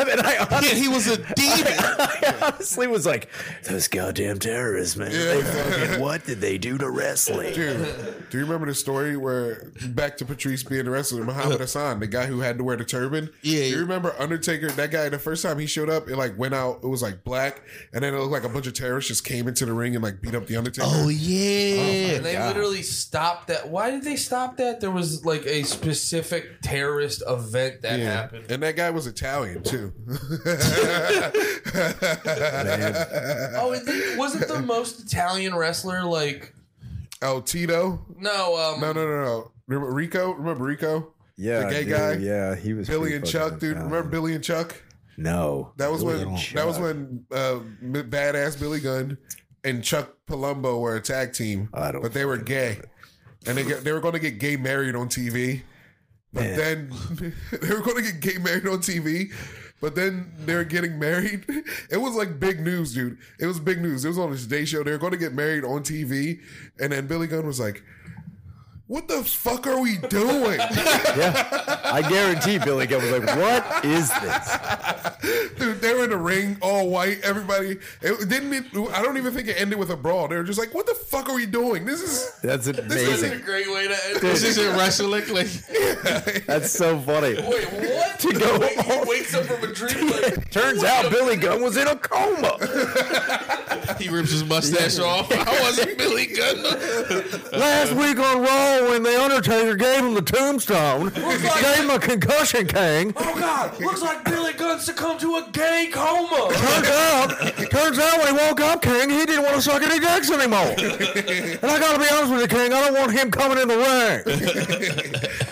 S2: And I
S4: yeah,
S2: honestly,
S4: he was a demon.
S2: I honestly was like, those goddamn terrorists, man. They fucking, what did they do to wrestling?
S3: Dude, do you remember the story where back to Patrice being the wrestler, Muhammad Hassan, the guy who had to wear the turban?
S4: Yeah.
S3: Do you remember Undertaker? That guy, the first time he showed up, it like went out. It was like black, and then it looked like a bunch of terrorists just came into the ring and like beat up the Undertaker.
S4: oh yeah,
S1: And they literally stopped that. Why did they stop that? There was like a specific terrorist event that
S3: Yeah.
S1: happened.
S3: And that guy was Italian too.
S1: Oh, and then, wasn't the most Italian wrestler like
S3: oh, Tito?
S1: no? Um,
S3: No, no, no, no. Remember Rico? Remember Rico?
S2: Yeah,
S3: The gay
S2: dude,
S3: guy?
S2: Yeah, he was
S3: Billy
S2: pretty
S3: and
S2: fucking
S3: Chuck, dude.
S2: talented.
S3: Remember Billy and Chuck?
S2: No,
S3: That was
S2: Billy
S3: when
S2: and
S3: that was
S2: Chuck.
S3: when uh, m- badass Billy Gunn and Chuck Palumbo were a tag team,
S2: I don't
S3: but they were gay, and they got, they were going to get gay married on TV. But
S2: Man.
S3: then they were going to get gay married on TV, but then they're getting married. It was like big news, dude. It was big news. It was on the Today Show. They were going to get married on TV, and then Billy Gunn was like. What the fuck are we doing?
S2: Yeah, I guarantee Billy Gunn was like, "What is this?"
S3: Dude, they were in the ring, all white. Everybody it didn't. It, I don't even think it ended with a brawl. They were just like, "What the fuck are we doing? This is
S2: That's
S1: this is a
S2: amazing.
S1: great way to
S2: Oh,
S1: end.
S4: this
S1: this.
S4: isn't wrestling. Like
S2: That's so funny.
S1: Wait, what?
S2: To go
S1: Wait, he
S2: all-
S1: wakes up from a dream. Like,
S2: Turns out Billy Gunn was in a coma.
S4: he rips his mustache off. I wasn't Billy Gunn.
S2: Last week on Raw, when the Undertaker gave him the tombstone,
S1: like-
S2: gave him a concussion king.
S1: oh god, looks like Billy Gunn succumbed to a gay coma.
S2: Turns out, turns out when he woke up, King, he didn't want to suck any dicks anymore. And I gotta be honest with you, King, I don't want him coming in the ring.